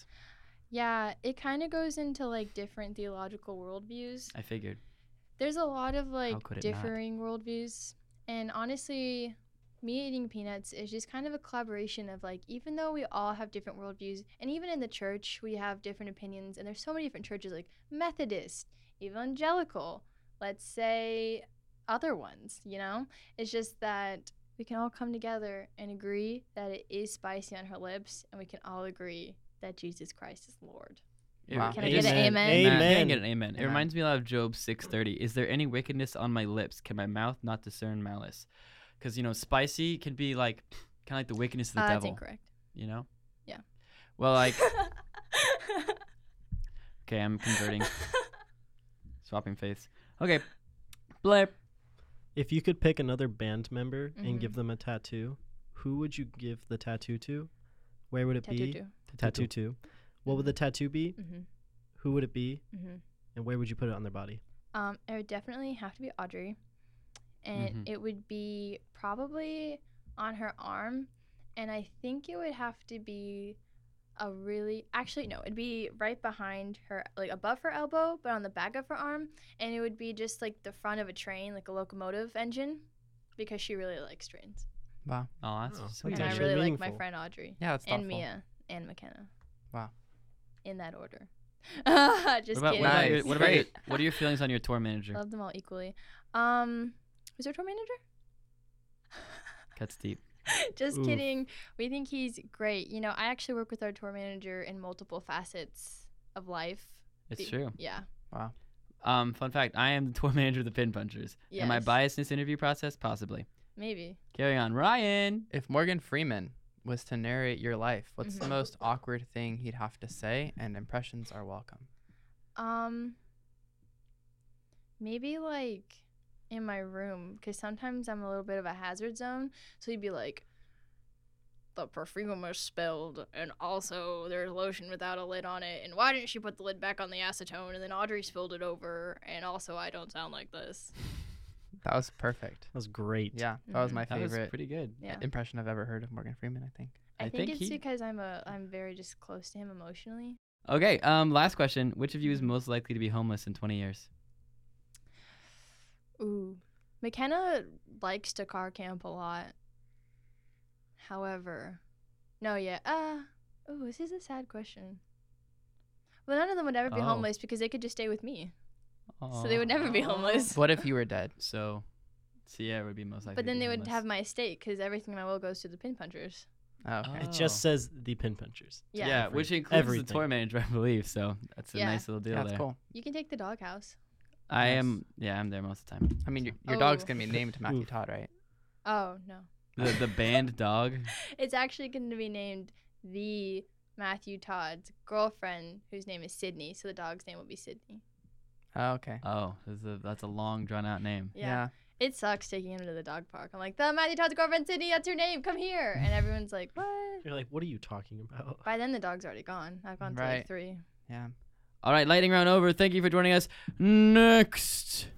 Speaker 5: Yeah, it kind of goes into like different theological worldviews.
Speaker 2: I figured.
Speaker 5: There's a lot of
Speaker 2: could
Speaker 5: like
Speaker 2: it not?
Speaker 5: differing worldviews, and honestly, me eating peanuts is just kind of a collaboration of like even though we all have different worldviews, and even in the church we have different opinions, and there's so many different churches like Methodist, evangelical, let's say other ones. You know, it's just that we can all come together and agree that it is spicy on her lips, and we can all agree that Jesus Christ is Lord.
Speaker 2: It-
Speaker 1: Wow.
Speaker 2: it
Speaker 5: Can I
Speaker 2: just-
Speaker 5: get an amen?
Speaker 2: Amen. Can I
Speaker 3: Amen.
Speaker 2: get an amen? It
Speaker 1: Amen.
Speaker 2: reminds me a lot of Job 6:30. Is there any wickedness on my lips? Can my mouth not discern malice? Because you know, spicy can be like kind of like the wickedness of the
Speaker 5: Uh, that's
Speaker 2: devil.
Speaker 5: incorrect.
Speaker 2: You know.
Speaker 5: Yeah.
Speaker 2: Well, like, okay, I'm converting, swapping faiths. Okay, blip.
Speaker 3: If you could pick another band member and
Speaker 5: Mhm.
Speaker 3: give them a tattoo, who would you give the tattoo to? Where would it
Speaker 5: Tattoo
Speaker 3: be?
Speaker 5: too.
Speaker 3: Tattoo to. What would the tattoo be?
Speaker 5: Mm-hmm.
Speaker 3: Who would it be?
Speaker 5: Mm-hmm.
Speaker 3: And where would you put it on their body?
Speaker 5: Um, it would definitely have to be Audrey, and
Speaker 2: Mhm.
Speaker 5: it would be probably on her arm, and I think it would have to be a really actually no, it'd be right behind her, like above her elbow, but on the back of her arm, and it would be just like the front of a train, like a locomotive engine, because she really likes trains,
Speaker 1: Wow.
Speaker 2: Oh, that's
Speaker 3: Oh,
Speaker 2: sweet.
Speaker 5: and I
Speaker 3: actually
Speaker 5: really like my
Speaker 3: meaningful.
Speaker 5: friend Audrey
Speaker 1: Yeah, that's
Speaker 5: and
Speaker 1: thoughtful.
Speaker 5: Mia and McKenna.
Speaker 1: Wow.
Speaker 5: In that order. just
Speaker 2: What about, what
Speaker 5: kidding.
Speaker 2: about, your,
Speaker 1: Nice.
Speaker 2: what, about your,
Speaker 1: Great.
Speaker 2: what are your feelings on your tour manager?
Speaker 5: Love them all equally. Um, was our tour manager?
Speaker 2: Cuts deep.
Speaker 5: Just
Speaker 3: Oof.
Speaker 5: kidding. We think he's great. You know, I actually work with our tour manager in multiple facets of life.
Speaker 2: It's
Speaker 5: Be-
Speaker 2: true.
Speaker 5: Yeah.
Speaker 2: Um, fun fact: I am the tour manager of the Pin Punchers. Am I
Speaker 5: Yes.
Speaker 2: biased in this interview process? Possibly.
Speaker 5: Maybe.
Speaker 2: Carry on, Ryan.
Speaker 1: If Morgan Freeman was to narrate your life, what's the
Speaker 5: Mhm.
Speaker 1: most awkward thing he'd have to say? And impressions are welcome.
Speaker 5: Um, maybe like in my room because sometimes I'm a little bit of a hazard zone. So he'd be like, the perfume was spilled, and also there's lotion without a lid on it. And why didn't she put the lid back on the acetone? And then Audrey spilled it over. And also, I don't sound like this.
Speaker 1: That was perfect.
Speaker 3: That was great.
Speaker 1: Yeah, that was
Speaker 5: Mhm.
Speaker 1: my
Speaker 2: That was
Speaker 1: favorite
Speaker 2: pretty good.
Speaker 5: Yeah.
Speaker 1: impression I've ever heard of Morgan Freeman. I think.
Speaker 5: I,
Speaker 2: I
Speaker 5: think,
Speaker 2: think
Speaker 5: it's
Speaker 2: he-
Speaker 5: because I'm a I'm very just close to him emotionally.
Speaker 2: Okay. Um, last question: Which of you is
Speaker 5: Mhm.
Speaker 2: most likely to be homeless in 20 years?
Speaker 5: Ooh. McKenna likes to car camp a lot. However, no, yeah. Uh, ooh, this is a sad question. Well, none of them would ever be
Speaker 2: Oh.
Speaker 5: homeless because they could just stay with me. So they would never be
Speaker 2: Aw.
Speaker 5: homeless.
Speaker 1: What if you were dead?
Speaker 2: So, Sierra would be most likely.
Speaker 5: But then
Speaker 2: to be
Speaker 5: they would
Speaker 2: homeless.
Speaker 5: have my estate because everything in my will goes to the pin punchers.
Speaker 1: Oh, okay.
Speaker 2: Oh.
Speaker 3: It just says the pin punchers.
Speaker 5: Yeah.
Speaker 2: Yeah, which includes the tour
Speaker 3: everything.
Speaker 2: manager, I believe. So that's a
Speaker 5: Yeah.
Speaker 2: nice little deal
Speaker 1: yeah,
Speaker 2: there.
Speaker 1: that's cool.
Speaker 5: You can take the doghouse.
Speaker 2: I
Speaker 1: Nice.
Speaker 2: am. Yeah, I'm there most of the time.
Speaker 1: I mean,
Speaker 2: So-
Speaker 1: your, your dog's
Speaker 5: Oh.
Speaker 1: gonna be named Matthew
Speaker 3: Oof.
Speaker 1: Todd, right?
Speaker 5: Oh, no.
Speaker 2: the the band dog.
Speaker 5: It's actually going to be named the Matthew Todd's girlfriend, whose name is Sydney. So the dog's name will be Sydney.
Speaker 1: Oh, okay.
Speaker 2: Oh, this is a, that's a long drawn out name.
Speaker 5: Yeah. It sucks taking him to the dog park. I'm like, the Matthew Todd's girlfriend, Sydney, that's her name. Come here. And everyone's like, what?
Speaker 3: You're like, what are you talking about?
Speaker 5: By then, the dog's already gone. I've gone to
Speaker 1: Right.
Speaker 5: like three.
Speaker 1: yeah.
Speaker 2: All right, lightning round over. Thank you for joining us. Next.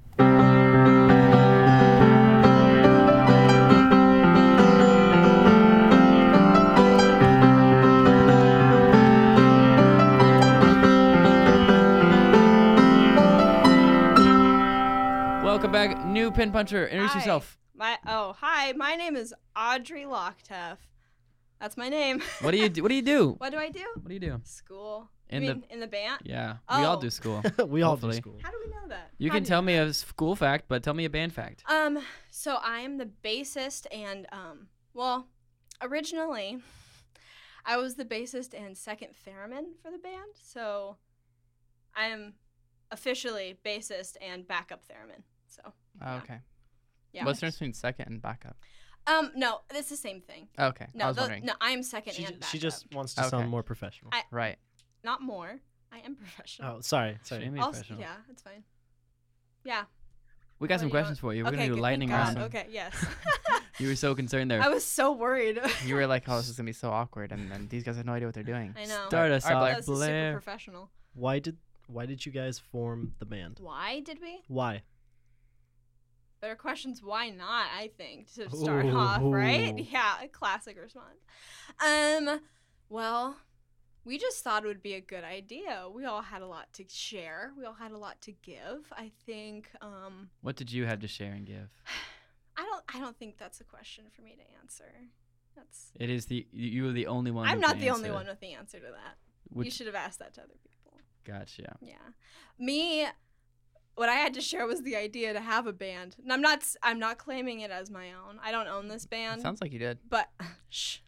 Speaker 2: Welcome back, new pin puncher. Introduce
Speaker 6: Hi.
Speaker 2: yourself.
Speaker 6: My oh hi, my name is Audrey Locktuff.
Speaker 5: That's my name.
Speaker 2: What do you do? What do you do?
Speaker 5: What do I do?
Speaker 2: What do you do?
Speaker 5: School.
Speaker 2: In
Speaker 5: you
Speaker 2: the-
Speaker 5: mean in the band?
Speaker 2: Yeah, we all
Speaker 5: Oh.
Speaker 2: do school.
Speaker 3: we all do
Speaker 2: Hopefully.
Speaker 3: school.
Speaker 5: How do we know that?
Speaker 2: You
Speaker 5: How
Speaker 2: can
Speaker 5: do
Speaker 2: tell me a school fact, but tell me a band fact.
Speaker 5: Um, so I am the bassist and um, well, originally, I was the bassist and second theremin for the band. So, I am officially bassist and backup theremin. So,
Speaker 1: Oh,
Speaker 5: yeah.
Speaker 1: okay.
Speaker 5: Yeah.
Speaker 1: What's the difference between second and backup?
Speaker 5: Um, no, it's the same thing.
Speaker 1: Oh, okay. I
Speaker 5: No,
Speaker 1: was
Speaker 5: tho-
Speaker 1: wondering.
Speaker 5: no, I am second
Speaker 3: She,
Speaker 5: and
Speaker 3: ju-
Speaker 5: backup.
Speaker 3: she just wants to
Speaker 1: Okay.
Speaker 3: sound more professional.
Speaker 5: I-
Speaker 1: Right.
Speaker 5: not more. I am professional.
Speaker 3: oh, sorry, sorry.
Speaker 2: Shouldn't be
Speaker 5: also,
Speaker 2: professional.
Speaker 5: yeah, it's fine. Yeah.
Speaker 2: We got
Speaker 5: What
Speaker 2: some
Speaker 5: do you want?
Speaker 2: questions for you. We're
Speaker 5: okay.
Speaker 2: gonna do
Speaker 5: good,
Speaker 2: a
Speaker 5: thank
Speaker 2: lightning
Speaker 5: God.
Speaker 2: round.
Speaker 5: Okay. Yes.
Speaker 2: You were so concerned there.
Speaker 5: I was so worried.
Speaker 1: You were like, "Oh, this is gonna be so awkward," and then these guys have no idea what they're doing.
Speaker 5: I know.
Speaker 2: Start us
Speaker 1: All
Speaker 2: off,
Speaker 1: right, Blair.
Speaker 5: That was super
Speaker 2: Blair.
Speaker 5: professional.
Speaker 3: Why did why did you guys form the band?
Speaker 5: Why did we?
Speaker 3: Why?
Speaker 5: Better questions. Why not? I think to start
Speaker 3: Ooh.
Speaker 5: off, right? Yeah, a classic response. Um, well, we just thought it would be a good idea. We all had a lot to share. We all had a lot to give. I think. Um,
Speaker 2: What did you have to share and give?
Speaker 5: I don't. I don't think that's a question for me to answer. That's.
Speaker 2: It is the you- you were the only one.
Speaker 5: I'm
Speaker 2: with
Speaker 5: not the only
Speaker 2: answer,
Speaker 5: one with the answer to that. you
Speaker 2: Which
Speaker 5: should have asked that to other people.
Speaker 2: gotcha.
Speaker 5: Yeah. Me what I had to share was the idea to have a band. And I'm not s- I'm not claiming it as my own. I don't own this
Speaker 1: It
Speaker 5: band.
Speaker 1: sounds like you did.
Speaker 5: but shh.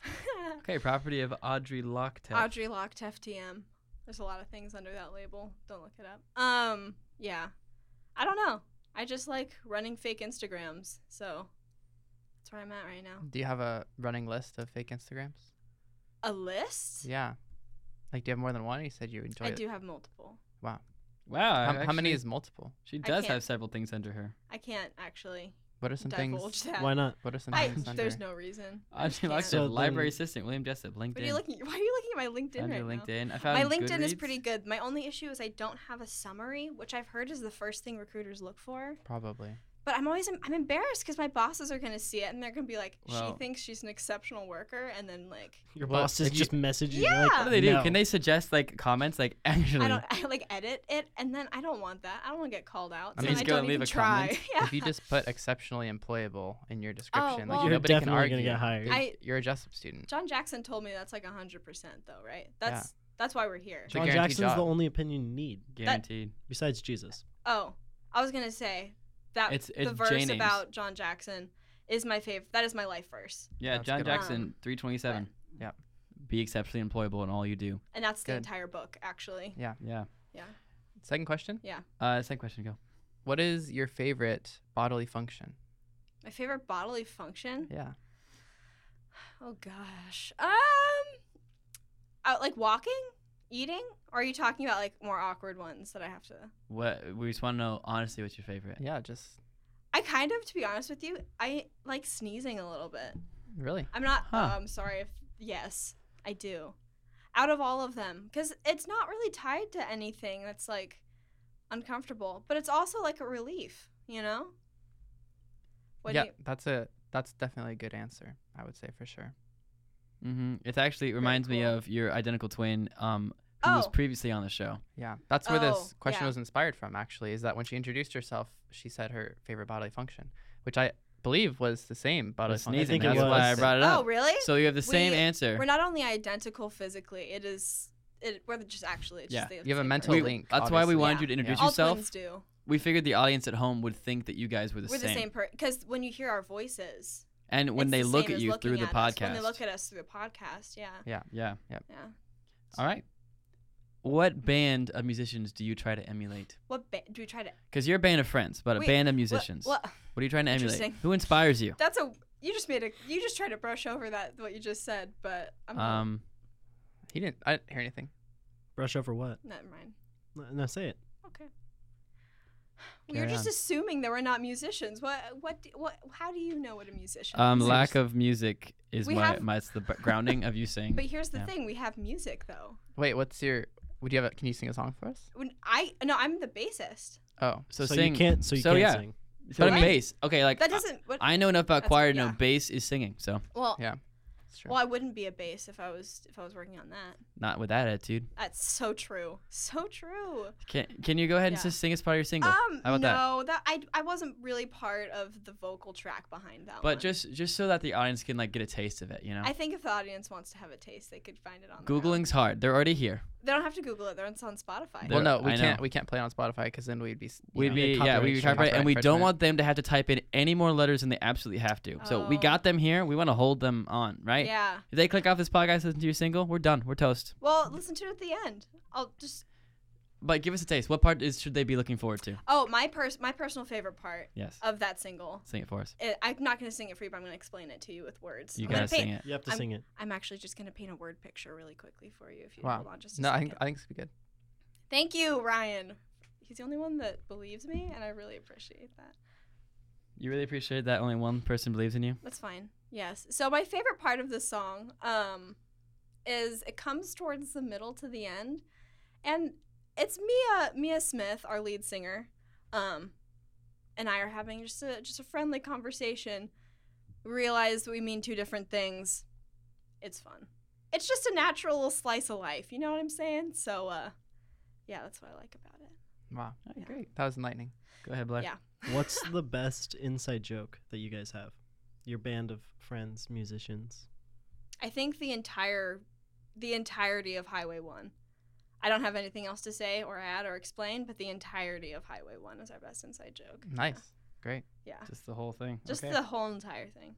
Speaker 2: Okay, property of Audrey Lockteff.
Speaker 5: Audrey Locked FTM. There's a lot of things under that label. Don't look it up. Um, yeah. I don't know. I just like running fake Instagrams. So that's where I'm at right now.
Speaker 1: Do you have a running list of fake Instagrams?
Speaker 5: A list?
Speaker 1: Yeah. Like, do you have more than one? You said you enjoy
Speaker 5: I
Speaker 1: it.
Speaker 5: do have multiple.
Speaker 2: Wow.
Speaker 1: How,
Speaker 2: actually,
Speaker 1: how many is multiple?
Speaker 2: She does
Speaker 5: can't-
Speaker 2: have several things under her.
Speaker 5: I can't actually
Speaker 1: What are some things?
Speaker 5: divulge that.
Speaker 3: Why not?
Speaker 1: What are some
Speaker 5: I,
Speaker 1: things under?
Speaker 5: there's no reason. I just
Speaker 2: Audrey
Speaker 5: can't.
Speaker 2: Lockteff,
Speaker 3: So
Speaker 2: library
Speaker 3: then-
Speaker 2: assistant, William Jessup, LinkedIn.
Speaker 5: What are you looking? Why are you looking at my LinkedIn
Speaker 2: Under
Speaker 5: right now?
Speaker 2: LinkedIn. I
Speaker 5: My
Speaker 2: found
Speaker 5: LinkedIn is
Speaker 2: Goodreads.
Speaker 5: pretty good. My only issue is I don't have a summary, which I've heard is the first thing recruiters look for.
Speaker 1: Probably.
Speaker 5: But I'm always I'm embarrassed because my bosses are gonna see it and they're gonna be like,
Speaker 2: Well-
Speaker 5: she thinks she's an exceptional worker, and then like
Speaker 3: Your
Speaker 1: Well,
Speaker 3: boss is
Speaker 1: if you-
Speaker 3: just messaging you
Speaker 5: Yeah.
Speaker 3: like,
Speaker 5: What
Speaker 2: What do Oh, they do?
Speaker 3: "No."
Speaker 2: Can they suggest like comments like actually?
Speaker 5: I don't I like edit it, and then I don't want that. I don't want to get called out.
Speaker 1: I
Speaker 5: so
Speaker 1: mean,
Speaker 5: I
Speaker 1: just
Speaker 2: go
Speaker 5: don't
Speaker 2: and leave
Speaker 5: even
Speaker 2: a
Speaker 5: try.
Speaker 2: comment.
Speaker 5: yeah.
Speaker 1: If you just put exceptionally employable in your description,
Speaker 5: Oh, well-
Speaker 1: like
Speaker 5: You're
Speaker 1: nobody can
Speaker 3: definitely
Speaker 1: argue.
Speaker 3: gonna get hired.
Speaker 1: You're,
Speaker 5: I-
Speaker 1: you're a Jessup student.
Speaker 5: John Jackson told me that's like hundred percent though, right? That's that's why we're here.
Speaker 1: It's a
Speaker 3: John
Speaker 1: guaranteed
Speaker 3: Jackson's
Speaker 1: job.
Speaker 3: the only opinion you need
Speaker 2: guaranteed.
Speaker 3: besides Jesus.
Speaker 5: Oh, I was gonna say that
Speaker 2: It's-
Speaker 5: the
Speaker 2: it's
Speaker 5: verse
Speaker 2: Jay names.
Speaker 5: about John Jackson is my favorite. That is my life verse,
Speaker 2: yeah,
Speaker 1: That's
Speaker 2: John
Speaker 1: good. Um,
Speaker 2: Jackson, three twenty-seven.
Speaker 1: Yep.
Speaker 2: Be exceptionally employable in all you do.
Speaker 5: and that's the
Speaker 1: Good.
Speaker 5: entire book actually.
Speaker 2: Yeah.
Speaker 1: Second question:
Speaker 2: Uh, second question, go.
Speaker 1: What is your favorite bodily function?
Speaker 5: My favorite bodily function.
Speaker 1: Yeah.
Speaker 5: Oh gosh. Um, out like walking, eating, or are you talking about like more awkward ones that I have to?
Speaker 2: What we just want to know honestly, what's your favorite?
Speaker 1: Yeah. Just
Speaker 5: I kind of, to be honest with you, I like sneezing a little bit.
Speaker 1: really.
Speaker 5: I'm not.
Speaker 2: Huh.
Speaker 5: Um, sorry. If yes, I do. Out of all of them, because it's not really tied to anything that's like uncomfortable, but it's also like a relief, you know. What do
Speaker 1: yeah,
Speaker 5: you,
Speaker 1: that's a that's definitely a good answer. I would say for sure.
Speaker 2: Mm-hmm. It actually reminds me
Speaker 5: cool.
Speaker 2: of your identical twin, um, who was
Speaker 5: Oh.
Speaker 2: previously on the show.
Speaker 1: Yeah, that's where
Speaker 5: Oh,
Speaker 1: this question
Speaker 5: yeah.
Speaker 1: was inspired from. Actually, is that when she introduced herself, she said her favorite bodily function, which I believe was the same bodily
Speaker 2: But
Speaker 1: function.
Speaker 2: sneezing.
Speaker 3: think it
Speaker 2: That's why I
Speaker 3: was.
Speaker 2: brought it
Speaker 5: oh
Speaker 2: up.
Speaker 5: really?
Speaker 2: So you have the same
Speaker 5: We-
Speaker 2: answer.
Speaker 5: We're not only identical physically; it is it. We're just actually. It's
Speaker 2: Yeah.
Speaker 5: just the
Speaker 1: You have a
Speaker 5: same
Speaker 1: mental
Speaker 5: person.
Speaker 2: We-
Speaker 1: link,
Speaker 2: that's why we
Speaker 1: obviously.
Speaker 2: wanted
Speaker 5: Yeah.
Speaker 2: you to introduce
Speaker 5: All twins
Speaker 2: yourself.
Speaker 5: do.
Speaker 2: We figured the audience at home would think that you guys were the
Speaker 5: We're
Speaker 2: same.
Speaker 5: the same person because when you hear our voices,
Speaker 2: And when
Speaker 5: it's
Speaker 2: they
Speaker 5: the
Speaker 2: look
Speaker 5: same
Speaker 2: at
Speaker 5: as
Speaker 2: you
Speaker 5: looking
Speaker 2: through the
Speaker 5: at us. when they
Speaker 2: podcast.
Speaker 5: look at us through the podcast, yeah,
Speaker 2: yeah.
Speaker 5: yeah.
Speaker 2: All right. What band of musicians do you try to emulate?
Speaker 5: What ba- do we try to?
Speaker 2: Because you're a band of friends, but a
Speaker 5: Wait,
Speaker 2: band of
Speaker 5: What,
Speaker 2: musicians. What,
Speaker 5: what-
Speaker 2: are you trying to emulate?
Speaker 5: Interesting.
Speaker 2: Who inspires you?
Speaker 5: that's a. You just made a. You just tried to brush over that what you just said, but I'm not.
Speaker 2: Um,
Speaker 1: He didn't. I didn't hear anything.
Speaker 3: Brush over what?
Speaker 5: Never mind.
Speaker 3: No, no, say it.
Speaker 5: Okay. We were
Speaker 2: Carry
Speaker 5: just
Speaker 2: on.
Speaker 5: assuming that we're not musicians. What? What? do- What? How do you know what a musician?
Speaker 2: um,
Speaker 5: is?
Speaker 2: lack of music is
Speaker 5: We
Speaker 2: my,
Speaker 5: have-
Speaker 2: my it's the b- grounding of you saying.
Speaker 5: But here's the
Speaker 2: yeah.
Speaker 5: thing: we have music, though.
Speaker 1: Wait, what's your? Would you have? A, can you sing a song for us?
Speaker 5: When I no, I'm the bassist.
Speaker 1: Oh,
Speaker 2: so,
Speaker 3: so
Speaker 2: sing.
Speaker 3: you can't. So you
Speaker 2: so
Speaker 3: can't
Speaker 2: yeah.
Speaker 3: sing.
Speaker 2: But I mean,
Speaker 5: What?
Speaker 2: bass. Okay, like
Speaker 5: That
Speaker 2: I-
Speaker 5: doesn't. What,
Speaker 2: I know enough about
Speaker 5: That's-
Speaker 2: choir to know
Speaker 5: yeah.
Speaker 2: bass is singing. So
Speaker 5: Well,
Speaker 1: Yeah. It's true.
Speaker 6: Well, I wouldn't be a bass if I was if I was working on that.
Speaker 2: Not with that attitude.
Speaker 5: Uh,
Speaker 6: That's so true. So true.
Speaker 2: Can Can you go ahead and
Speaker 6: Yeah.
Speaker 2: just sing us part of your single?
Speaker 6: Um
Speaker 2: How about that?
Speaker 6: no, that, I I wasn't really part of the vocal track behind that
Speaker 2: but
Speaker 6: one.
Speaker 2: just just so that the audience can like get a taste of it, you know.
Speaker 6: I think if the audience wants to have a taste, they could find it on their own.
Speaker 2: Googling's hard. They're already here.
Speaker 6: They don't have to Google it. They're on, it's on
Speaker 1: well,
Speaker 6: Spotify.
Speaker 2: There-
Speaker 1: no, we
Speaker 2: I
Speaker 1: can't.
Speaker 2: know.
Speaker 1: We can't play it on Spotify because then we'd be. s- you
Speaker 2: We'd
Speaker 1: know,
Speaker 2: be yeah, we'd be
Speaker 1: copyright
Speaker 2: copyright, and we don't
Speaker 1: infringement.
Speaker 2: want them to have to type in any more letters than they absolutely have to. So we
Speaker 6: Oh.
Speaker 2: got them here. We want to hold them on, right?
Speaker 6: Yeah.
Speaker 2: If they click off this podcast, listen to your single, we're done. We're toast.
Speaker 6: Well, listen to it at the end. I'll just.
Speaker 2: But give us a taste. What part is should they be looking forward to?
Speaker 6: Oh, my pers- my personal favorite part
Speaker 2: Yes,
Speaker 6: of that single.
Speaker 2: sing it for us.
Speaker 6: It, I'm not gonna sing it for you, but I'm gonna explain it to you with words.
Speaker 2: You
Speaker 6: I'm gonna
Speaker 2: gotta
Speaker 6: paint-
Speaker 2: sing it.
Speaker 3: You have to sing it.
Speaker 6: I'm actually just gonna paint a word picture really quickly for you. If you
Speaker 1: Wow.
Speaker 6: hold on just a
Speaker 1: No, I
Speaker 6: second.
Speaker 1: think I think it's good.
Speaker 6: Thank you, Ryan. He's the only one that believes me, and I really appreciate that.
Speaker 2: You really appreciate that only one person believes in you.
Speaker 6: That's fine. Yes. So my favorite part of this song um, is it comes towards the middle to the end, and it's Mia Mia Smith, our lead singer, um, and I are having just a just a friendly conversation. We Realize that we mean two different things. It's fun. It's just a natural little slice of life. You know what I'm saying? So uh, yeah, that's what I like about it.
Speaker 1: Wow,
Speaker 6: Yeah.
Speaker 2: Great.
Speaker 1: that was enlightening.
Speaker 2: Go ahead, Blair.
Speaker 6: Yeah.
Speaker 3: What's the best inside joke that you guys have? Your band of friends, musicians.
Speaker 6: I think the entire the entirety of Highway 1. I don't have anything else to say or add or explain, but the entirety of Highway 1 is our best inside joke. Yeah.
Speaker 1: Nice, great.
Speaker 6: Yeah.
Speaker 2: Just the whole thing.
Speaker 6: Just
Speaker 2: Okay.
Speaker 6: the whole entire thing.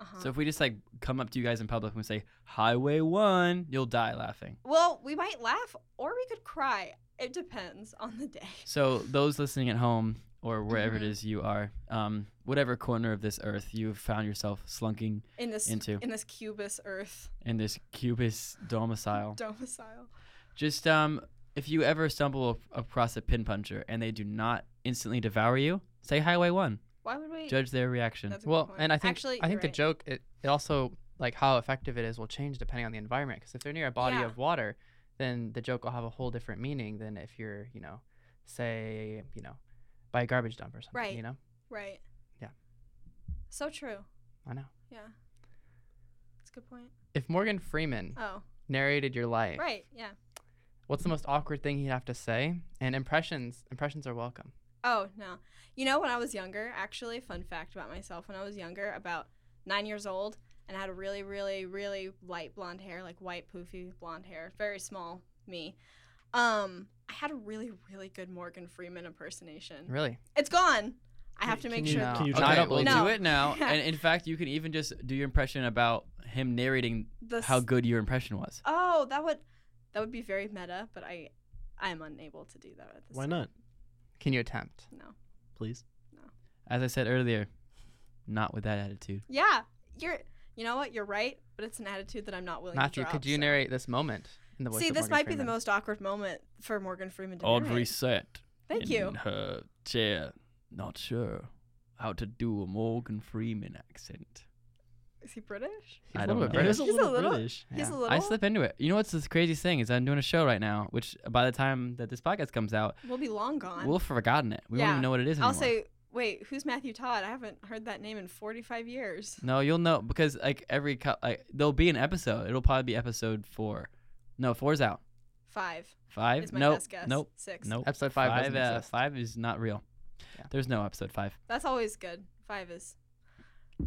Speaker 6: Uh-huh.
Speaker 2: So if we just like come up to you guys in public and we say Highway One, you'll die laughing.
Speaker 6: well, we might laugh or we could cry. It depends on the day.
Speaker 2: So those listening at home or wherever it
Speaker 6: Mhm.
Speaker 2: is you are, um, whatever corner of this earth you've found yourself slunking
Speaker 6: In this
Speaker 2: Into.
Speaker 6: in this cubist earth
Speaker 2: in this cubist domicile,
Speaker 6: domicile.
Speaker 2: just um, if you ever stumble a- across a pin puncher and they do not instantly devour you, say Highway One.
Speaker 6: Why would we
Speaker 2: Judge their reaction.
Speaker 6: That's a good
Speaker 1: Well,
Speaker 6: point.
Speaker 1: and I think
Speaker 6: Actually,
Speaker 1: I
Speaker 6: you're
Speaker 1: think the
Speaker 6: right.
Speaker 1: joke it, it also like how effective it is will change depending on the environment. Because if they're near a body
Speaker 6: Yeah.
Speaker 1: of water, then the joke will have a whole different meaning than if you're you know, say you know, by a garbage dump or something.
Speaker 6: Right.
Speaker 1: You know,
Speaker 6: Right.
Speaker 1: Yeah.
Speaker 6: So true.
Speaker 1: I know.
Speaker 6: Yeah. That's a good point.
Speaker 1: If Morgan Freeman
Speaker 6: Oh,
Speaker 1: narrated your life,
Speaker 6: right. Yeah.
Speaker 1: what's the most awkward thing he'd have to say? And impressions impressions are welcome.
Speaker 6: Oh no. You know when I was younger, actually, fun fact about myself, when I was younger, about nine years old, and I had really, really, really light blonde hair, like white poofy blonde hair, very small me. Um, I had a really, really good Morgan Freeman impersonation.
Speaker 1: Really?
Speaker 6: It's gone. I have to
Speaker 3: Can
Speaker 6: make
Speaker 3: you-
Speaker 6: sure.
Speaker 3: can you
Speaker 1: Okay,
Speaker 3: try
Speaker 2: I
Speaker 3: it,
Speaker 2: don't
Speaker 1: well,
Speaker 2: believe
Speaker 6: No.
Speaker 2: do it now.
Speaker 6: Yeah.
Speaker 2: And in fact, you can even just do your impression about him narrating
Speaker 6: the
Speaker 2: how
Speaker 6: s-
Speaker 2: good your impression was.
Speaker 6: Oh, that would that would be very meta, but I I am unable to do that. At this
Speaker 3: Why
Speaker 6: time.
Speaker 3: not?
Speaker 1: Can you attempt?
Speaker 6: No.
Speaker 3: Please.
Speaker 2: As I said earlier, not with that attitude.
Speaker 6: Yeah, you're. You know what? You're right, but it's an attitude that I'm not willing
Speaker 1: Matthew,
Speaker 6: to drop.
Speaker 1: could you
Speaker 6: so-
Speaker 1: narrate this moment in the voice
Speaker 6: See,
Speaker 1: of
Speaker 6: this
Speaker 1: Morgan
Speaker 6: might be
Speaker 1: Freeman?
Speaker 6: the most awkward moment for Morgan Freeman to
Speaker 2: Audrey
Speaker 6: narrate.
Speaker 2: sat
Speaker 6: Thank
Speaker 2: in
Speaker 6: you.
Speaker 2: her chair, not sure how to do a Morgan Freeman accent.
Speaker 6: Is he British?
Speaker 1: He's
Speaker 2: I
Speaker 1: a little
Speaker 2: don't
Speaker 1: bit
Speaker 2: know.
Speaker 3: It
Speaker 1: British.
Speaker 3: is a
Speaker 6: He's a
Speaker 3: little
Speaker 6: little-
Speaker 3: British.
Speaker 6: He's
Speaker 1: Yeah.
Speaker 6: a little.
Speaker 2: I slip into it. You know what's the crazy thing is I'm doing a show right now, which by the time that this podcast comes out,
Speaker 6: We'll be long gone.
Speaker 2: we'll have forgotten it. We won't
Speaker 6: Yeah.
Speaker 2: even know what it is
Speaker 6: I'll
Speaker 2: anymore.
Speaker 6: say, wait, who's Matthew Todd? I haven't heard that name in 45 years.
Speaker 2: no, you'll know because like every co- like, there'll be an episode. It'll probably be episode four. No, four's out.
Speaker 6: Five
Speaker 2: Five.
Speaker 6: is my
Speaker 2: nope.
Speaker 6: best guess.
Speaker 2: Nope.
Speaker 6: Six.
Speaker 2: Nope.
Speaker 1: Episode five doesn't
Speaker 2: uh,
Speaker 1: exist.
Speaker 2: five is not real.
Speaker 1: Yeah.
Speaker 2: There's no episode five.
Speaker 6: That's always good. Five is.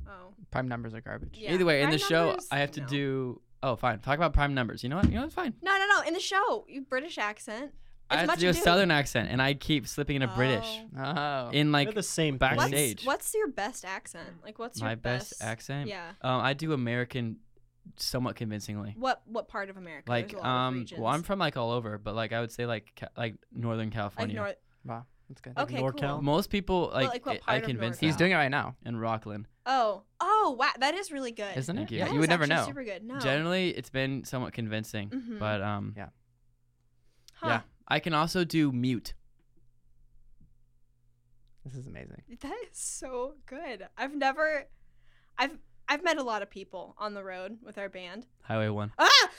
Speaker 6: Oh.
Speaker 1: prime numbers are garbage.
Speaker 6: Yeah.
Speaker 2: Either way, in
Speaker 6: Prime
Speaker 2: the show,
Speaker 6: numbers?
Speaker 2: I have to
Speaker 6: No.
Speaker 2: do. Oh, fine. Talk about prime numbers. You know what? You know what's fine.
Speaker 6: No, no, no. In the show, you British accent.
Speaker 2: I
Speaker 6: It's
Speaker 2: have
Speaker 6: much
Speaker 2: to do a
Speaker 6: ado.
Speaker 2: southern accent, and I keep slipping into British.
Speaker 6: Oh.
Speaker 1: Oh.
Speaker 2: In like
Speaker 3: They're the same
Speaker 2: back
Speaker 3: thing.
Speaker 6: What's,
Speaker 2: stage.
Speaker 6: what's your best accent? Like, what's
Speaker 2: my
Speaker 6: your
Speaker 2: best,
Speaker 6: best,
Speaker 2: accent.
Speaker 6: Yeah.
Speaker 2: Um, I do American, somewhat convincingly.
Speaker 6: What what part of America?
Speaker 2: Like,
Speaker 6: There's a lot of
Speaker 2: um, well, I'm
Speaker 6: regions.
Speaker 2: from like all over, but like I would say like ca- like Northern
Speaker 6: like
Speaker 2: California.
Speaker 6: North.
Speaker 1: wow. That's good.
Speaker 3: Like
Speaker 6: Okay,
Speaker 3: NorCal?
Speaker 6: cool.
Speaker 2: Most people like,
Speaker 6: like,
Speaker 2: I-
Speaker 6: what
Speaker 2: I
Speaker 6: part of
Speaker 2: convince
Speaker 6: North
Speaker 1: He's
Speaker 6: Wow.
Speaker 1: doing it right now,
Speaker 2: in Rockland.
Speaker 6: Oh, oh, wow, that is really good.
Speaker 1: isn't
Speaker 2: Thank
Speaker 1: it?
Speaker 2: you.
Speaker 1: Yeah,
Speaker 6: That
Speaker 1: you
Speaker 6: is
Speaker 1: would never
Speaker 6: actually
Speaker 1: know.
Speaker 6: Super good. No.
Speaker 2: Generally, it's been somewhat convincing,
Speaker 6: Mhm.
Speaker 2: but um,
Speaker 1: Yeah.
Speaker 6: Huh.
Speaker 2: yeah. I can also do mute.
Speaker 1: This is amazing.
Speaker 6: That is so good. I've never I've I've met a lot of people on the road with our band.
Speaker 2: Highway One.
Speaker 6: Ah!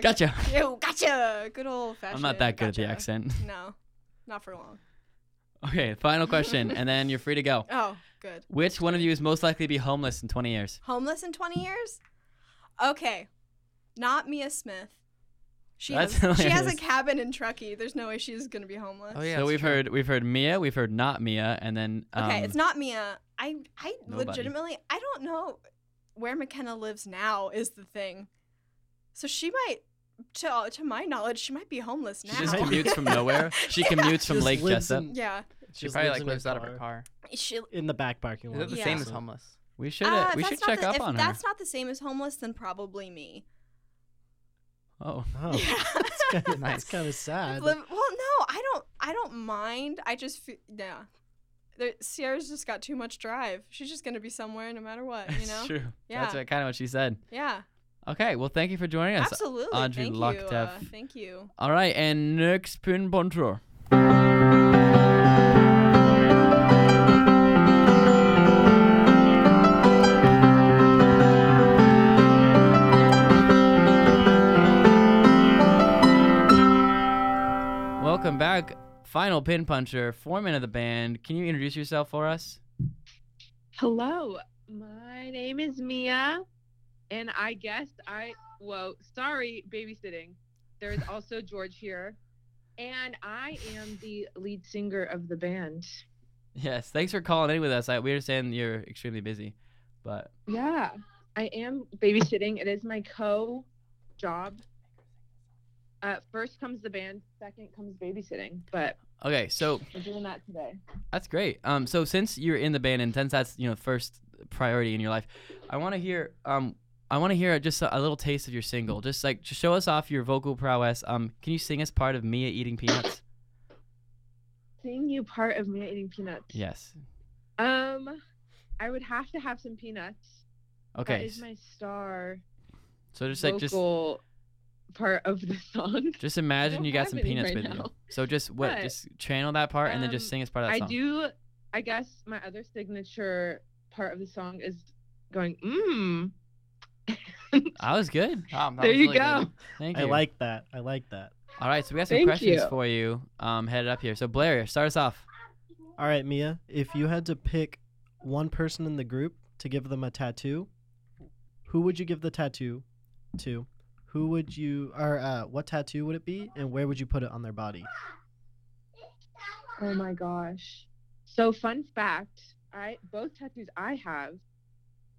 Speaker 2: Gotcha.
Speaker 6: Ew, gotcha. Good old fashioned.
Speaker 2: I'm not that good at the
Speaker 6: gotcha.
Speaker 2: accent.
Speaker 6: No. Not for long.
Speaker 2: Okay, final question, and then you're free to go.
Speaker 6: Oh, good.
Speaker 2: Which one of you is most likely to be homeless in 20 years?
Speaker 6: Homeless in 20 years? Okay. Not Mia Smith. She
Speaker 2: That's
Speaker 6: has, she has a
Speaker 2: hilarious.
Speaker 6: cabin in Truckee. There's no way she's going to be homeless.
Speaker 1: Oh, yeah.
Speaker 2: so
Speaker 1: it's
Speaker 2: we've
Speaker 1: true.
Speaker 2: heard we've heard Mia, we've heard not Mia, and then um,
Speaker 6: Okay, it's not Mia. I I
Speaker 2: Nobody.
Speaker 6: legitimately I don't know where McKenna lives now is the thing. So she might to uh, to my knowledge she might be homeless
Speaker 2: she
Speaker 6: now.
Speaker 2: just commutes from nowhere. She
Speaker 6: Yeah.
Speaker 2: commutes from
Speaker 3: Just
Speaker 2: Lake
Speaker 3: lives
Speaker 2: Jessup.
Speaker 3: in-
Speaker 6: Yeah.
Speaker 1: She
Speaker 3: just
Speaker 1: probably like
Speaker 3: in
Speaker 1: lives out of her car.
Speaker 6: She
Speaker 3: in the back parking
Speaker 1: Is
Speaker 3: lot.
Speaker 1: that the
Speaker 6: Yeah.
Speaker 1: same as homeless?
Speaker 2: We should
Speaker 6: uh,
Speaker 2: uh, we
Speaker 6: if
Speaker 2: should
Speaker 6: that's not
Speaker 2: check
Speaker 6: the-
Speaker 2: up
Speaker 6: if
Speaker 2: on her.
Speaker 6: that's not the same as homeless then probably me.
Speaker 2: Oh,
Speaker 3: Oh,
Speaker 6: Yeah.
Speaker 3: that's kind of
Speaker 1: Nice.
Speaker 3: that's kind of sad.
Speaker 6: Liv- well, no, I don't. I don't mind. I just feel, yeah. There, Sierra's just got too much drive. She's just gonna be somewhere no matter what. You
Speaker 2: that's
Speaker 6: know.
Speaker 2: true.
Speaker 6: Yeah.
Speaker 2: That's what, kind of what she said.
Speaker 6: Yeah.
Speaker 2: Okay, well, thank you for joining us.
Speaker 6: Absolutely.
Speaker 2: Audrey
Speaker 6: thank you.
Speaker 2: Lockteff.
Speaker 6: Uh, thank you.
Speaker 2: All right, and next pun bonjour. Welcome back, final pin puncher, foreman of the band. Can you introduce yourself for us?
Speaker 7: Hello, my name is Mia, and I guess I, whoa, sorry, babysitting. There is also George here, and I am the lead singer of the band.
Speaker 2: Yes, thanks for calling in with us. I, we understand you're extremely busy, but
Speaker 7: Yeah, I am babysitting. It is my co job. Uh, first comes the band, second comes babysitting, but
Speaker 2: okay. So
Speaker 7: we're doing that today.
Speaker 2: That's great. Um, so since you're in the band and since that's you know first priority in your life, I want to hear um, I want to hear just a, a little taste of your single. Just like just show us off your vocal prowess. Um, can you sing us part of Mia eating peanuts?
Speaker 7: Seeing you part of Mia eating peanuts.
Speaker 2: Yes.
Speaker 7: Um, I would have to have some peanuts. That
Speaker 2: Okay.
Speaker 7: is my star.
Speaker 2: So just like just
Speaker 7: vocal part of the song.
Speaker 2: just imagine
Speaker 7: don't
Speaker 2: you got
Speaker 7: have
Speaker 2: some
Speaker 7: any
Speaker 2: peanuts
Speaker 7: right
Speaker 2: with you.
Speaker 7: now.
Speaker 2: So just what
Speaker 7: But,
Speaker 2: just channel that part and then just
Speaker 7: um,
Speaker 2: sing us part of
Speaker 7: I
Speaker 2: that song.
Speaker 7: do. I guess my other signature part of the song is going mmm.
Speaker 2: I was good.
Speaker 1: Tom, that
Speaker 7: There
Speaker 1: was
Speaker 7: you
Speaker 1: really good.
Speaker 7: go.
Speaker 2: Thank
Speaker 3: I
Speaker 2: you.
Speaker 3: like that. I like that.
Speaker 2: All right, so we got some
Speaker 7: Thank
Speaker 2: questions
Speaker 7: you.
Speaker 2: for you um, headed up here. So Blair, start us off.
Speaker 3: All right, Mia, if you had to pick one person in the group to give them a tattoo, who would you give the tattoo to? Who would you, or uh, what tattoo would it be, and where would you put it on their body?
Speaker 7: Oh my gosh. So fun fact, I both tattoos I have,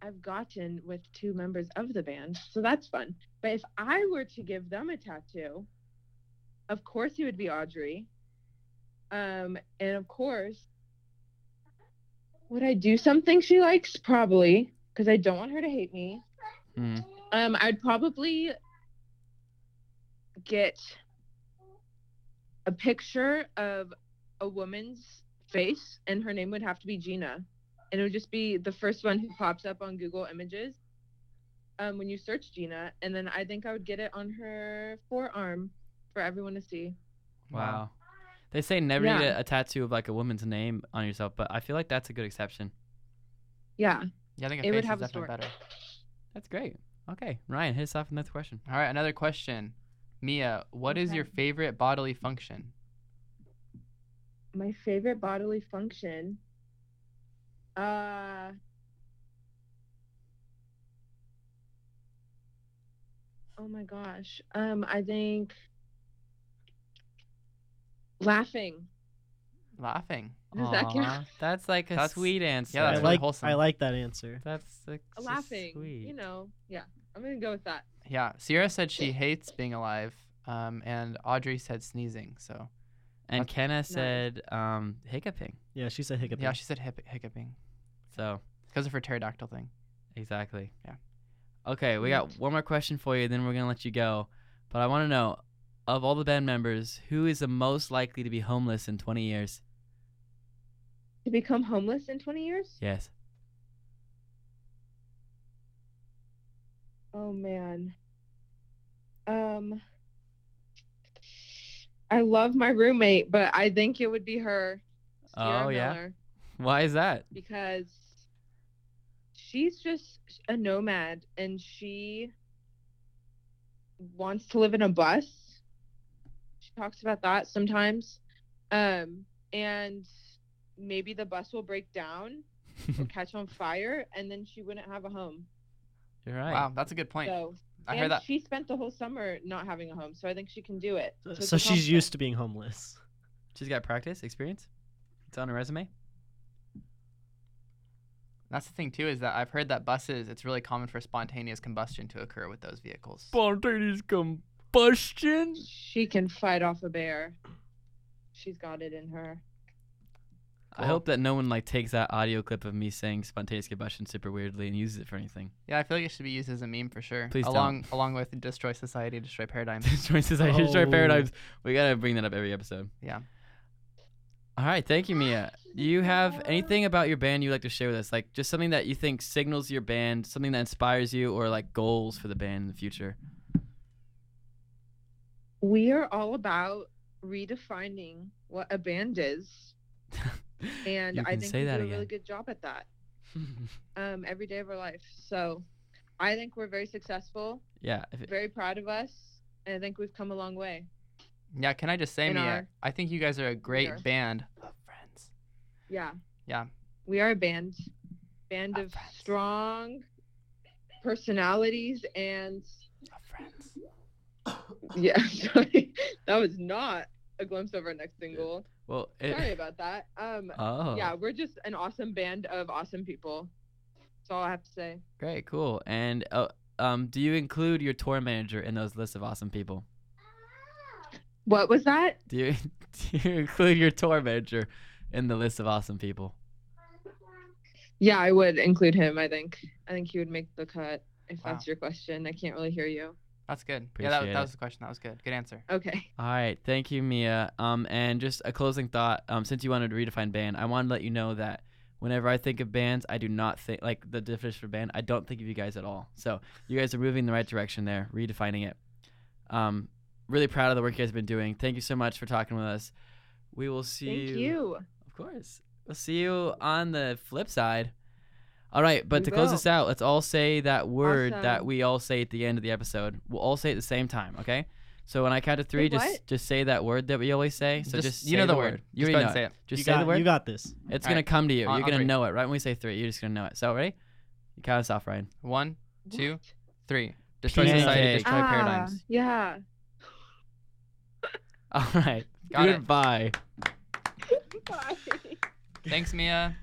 Speaker 7: I've gotten with two members of the band. So that's fun. But if I were to give them a tattoo, of course it would be Audrey. Um, and of course, would I do something she likes? Probably, because I don't want her to hate me.
Speaker 2: Hmm.
Speaker 7: Um, I'd probably get a picture of a woman's face, and her name would have to be Gina, and it would just be the first one who pops up on Google Images um, when you search Gina, and then I think I would get it on her forearm for everyone to see.
Speaker 2: Wow. They say never
Speaker 7: Yeah.
Speaker 2: need a, a tattoo of like a woman's name on yourself, but I feel like that's a good exception.
Speaker 7: Yeah,
Speaker 1: Yeah, I think a
Speaker 7: It would
Speaker 1: face is
Speaker 7: have a
Speaker 1: definitely
Speaker 7: story.
Speaker 1: better.
Speaker 2: That's great. Okay, Ryan, hit us off with another question.
Speaker 1: All right, another question. Mia, what is your
Speaker 7: Okay.
Speaker 1: favorite bodily function?
Speaker 7: my favorite bodily function. Uh. Oh my gosh. Um, I think laughing.
Speaker 1: Laughing.
Speaker 7: Does that count?
Speaker 2: Aw, That's like a
Speaker 1: That's-
Speaker 2: sweet answer.
Speaker 1: Yeah, that's
Speaker 3: I
Speaker 1: really
Speaker 3: like,
Speaker 1: wholesome.
Speaker 3: I like that answer.
Speaker 2: That's like so
Speaker 7: laughing.
Speaker 2: Sweet.
Speaker 7: You know. Yeah. I'm gonna go with that.
Speaker 1: Yeah, Sierra said she hates being alive, um, and Audrey said sneezing. So
Speaker 2: And Kenna
Speaker 7: Nice.
Speaker 2: said um, hiccuping.
Speaker 3: Yeah, she said hiccup.
Speaker 1: yeah, she said hiccup- hiccuping
Speaker 2: So
Speaker 1: because of her pterodactyl thing.
Speaker 2: exactly.
Speaker 1: Yeah.
Speaker 2: Okay, we got one more question for you, then we're gonna let you go. But I want to know, of all the band members, who is the most likely to be homeless in 20 years?
Speaker 7: To become homeless in 20 years?
Speaker 2: Yes.
Speaker 7: Oh man. Um. I love my roommate, but I think it would be her. Sierra
Speaker 2: Oh, yeah?
Speaker 7: Miller.
Speaker 2: Why is that?
Speaker 7: because she's just a nomad and she wants to live in a bus. She talks about that sometimes. Um, and maybe the bus will break down
Speaker 3: Hmm.
Speaker 7: or catch on fire, and then she wouldn't have a home.
Speaker 2: You're right.
Speaker 1: Wow, that's a good point.
Speaker 7: So,
Speaker 1: I
Speaker 7: and
Speaker 1: heard that.
Speaker 7: she spent the whole summer not having a home, so I think she can do it.
Speaker 3: So,
Speaker 7: it's
Speaker 3: so
Speaker 7: a
Speaker 3: she's
Speaker 7: confidence.
Speaker 3: used to being homeless.
Speaker 2: She's got practice, experience. It's on her resume.
Speaker 1: That's the thing too is that I've heard that buses. It's really common for spontaneous combustion to occur with those vehicles.
Speaker 2: Spontaneous combustion.
Speaker 7: She can fight off a bear. She's got it in her.
Speaker 2: I
Speaker 1: Cool.
Speaker 2: hope that no one like takes that audio clip of me saying spontaneous combustion super weirdly and uses it for anything.
Speaker 1: Yeah, I feel like it should be used as a meme for sure.
Speaker 2: Please don't.
Speaker 1: along along with destroy society, destroy paradigms.
Speaker 2: Choices I should try
Speaker 3: Oh.
Speaker 2: paradigms. We gotta bring that up every episode.
Speaker 1: Yeah.
Speaker 2: All right, thank you, Mia. Do you have anything about your band you'd like to share with us? Like just something that you think signals your band, something that inspires you, or like goals for the band in the future.
Speaker 7: We are all about redefining what a band is, and
Speaker 2: you
Speaker 7: I
Speaker 2: can
Speaker 7: think
Speaker 2: say
Speaker 7: we
Speaker 2: that
Speaker 7: do a
Speaker 2: again.
Speaker 7: really good job at that um, every day of our life. So I think we're very successful,
Speaker 2: yeah. if it-
Speaker 7: very proud of us, and I think we've come a long way.
Speaker 1: Yeah, can I just say,
Speaker 7: In
Speaker 1: Mia?
Speaker 7: our-
Speaker 1: I think you guys are a great
Speaker 7: our-
Speaker 1: band of friends.
Speaker 7: Yeah.
Speaker 1: Yeah.
Speaker 7: We are a band, band
Speaker 1: Of
Speaker 7: of
Speaker 1: friends.
Speaker 7: strong personalities and
Speaker 1: Of friends.
Speaker 7: yeah. Sorry, that was not a glimpse of our next single.
Speaker 2: Well. It,
Speaker 7: Sorry about that. Um,
Speaker 2: Oh.
Speaker 7: yeah, we're just an awesome band of awesome people. That's all I have to say.
Speaker 2: Great. Cool. And uh, um, do you include your tour manager in those lists of awesome people?
Speaker 7: What was that?
Speaker 2: Do you do you include your tour manager in the list of awesome people?
Speaker 7: Yeah, I would include him. I think. I think he would make the cut. If
Speaker 1: Wow.
Speaker 7: that's your question, I can't really hear you.
Speaker 1: That's good. yeah, that,
Speaker 2: Appreciate
Speaker 1: that
Speaker 2: it.
Speaker 1: was the question. That was good. Good answer.
Speaker 7: Okay.
Speaker 2: All right, thank you, Mia. Um, and just a closing thought. Um, since you wanted to redefine band, I want to let you know that whenever I think of bands, I do not think like the definition for band. I don't think of you guys at all. So you guys are moving in the right direction there, redefining it. Um, really proud of the work you guys have been doing. Thank you so much for talking with us. We will see
Speaker 7: Thank you.
Speaker 2: Of course. We'll see you on the flip side. All right, but
Speaker 7: We
Speaker 2: to close
Speaker 7: will.
Speaker 2: this out, let's all say that word that
Speaker 7: Awesome.
Speaker 2: we all say at the end of the episode. We'll all say it at the same time, okay? So when I count to three, just
Speaker 7: what?
Speaker 2: just say that word that we always say. So just,
Speaker 1: you
Speaker 2: say
Speaker 1: know the,
Speaker 2: the
Speaker 1: word.
Speaker 2: You already
Speaker 1: just go ahead
Speaker 2: know
Speaker 1: and say
Speaker 2: it.
Speaker 1: it.
Speaker 2: Just
Speaker 3: you
Speaker 2: say
Speaker 3: got,
Speaker 2: the word.
Speaker 3: You got this.
Speaker 2: It's
Speaker 1: All
Speaker 2: gonna
Speaker 1: right.
Speaker 2: come to you.
Speaker 1: On-
Speaker 2: You're
Speaker 1: on
Speaker 2: gonna
Speaker 1: three.
Speaker 2: know it right when we say three. You're just gonna know it. So ready? You count us off, Ryan.
Speaker 1: One, two, three. Destroy
Speaker 2: PNK.
Speaker 1: society, destroy
Speaker 7: Ah,
Speaker 1: paradigms.
Speaker 7: Yeah.
Speaker 2: All right.
Speaker 1: Got it.
Speaker 2: Goodbye.
Speaker 7: Bye.
Speaker 1: Thanks, Mia.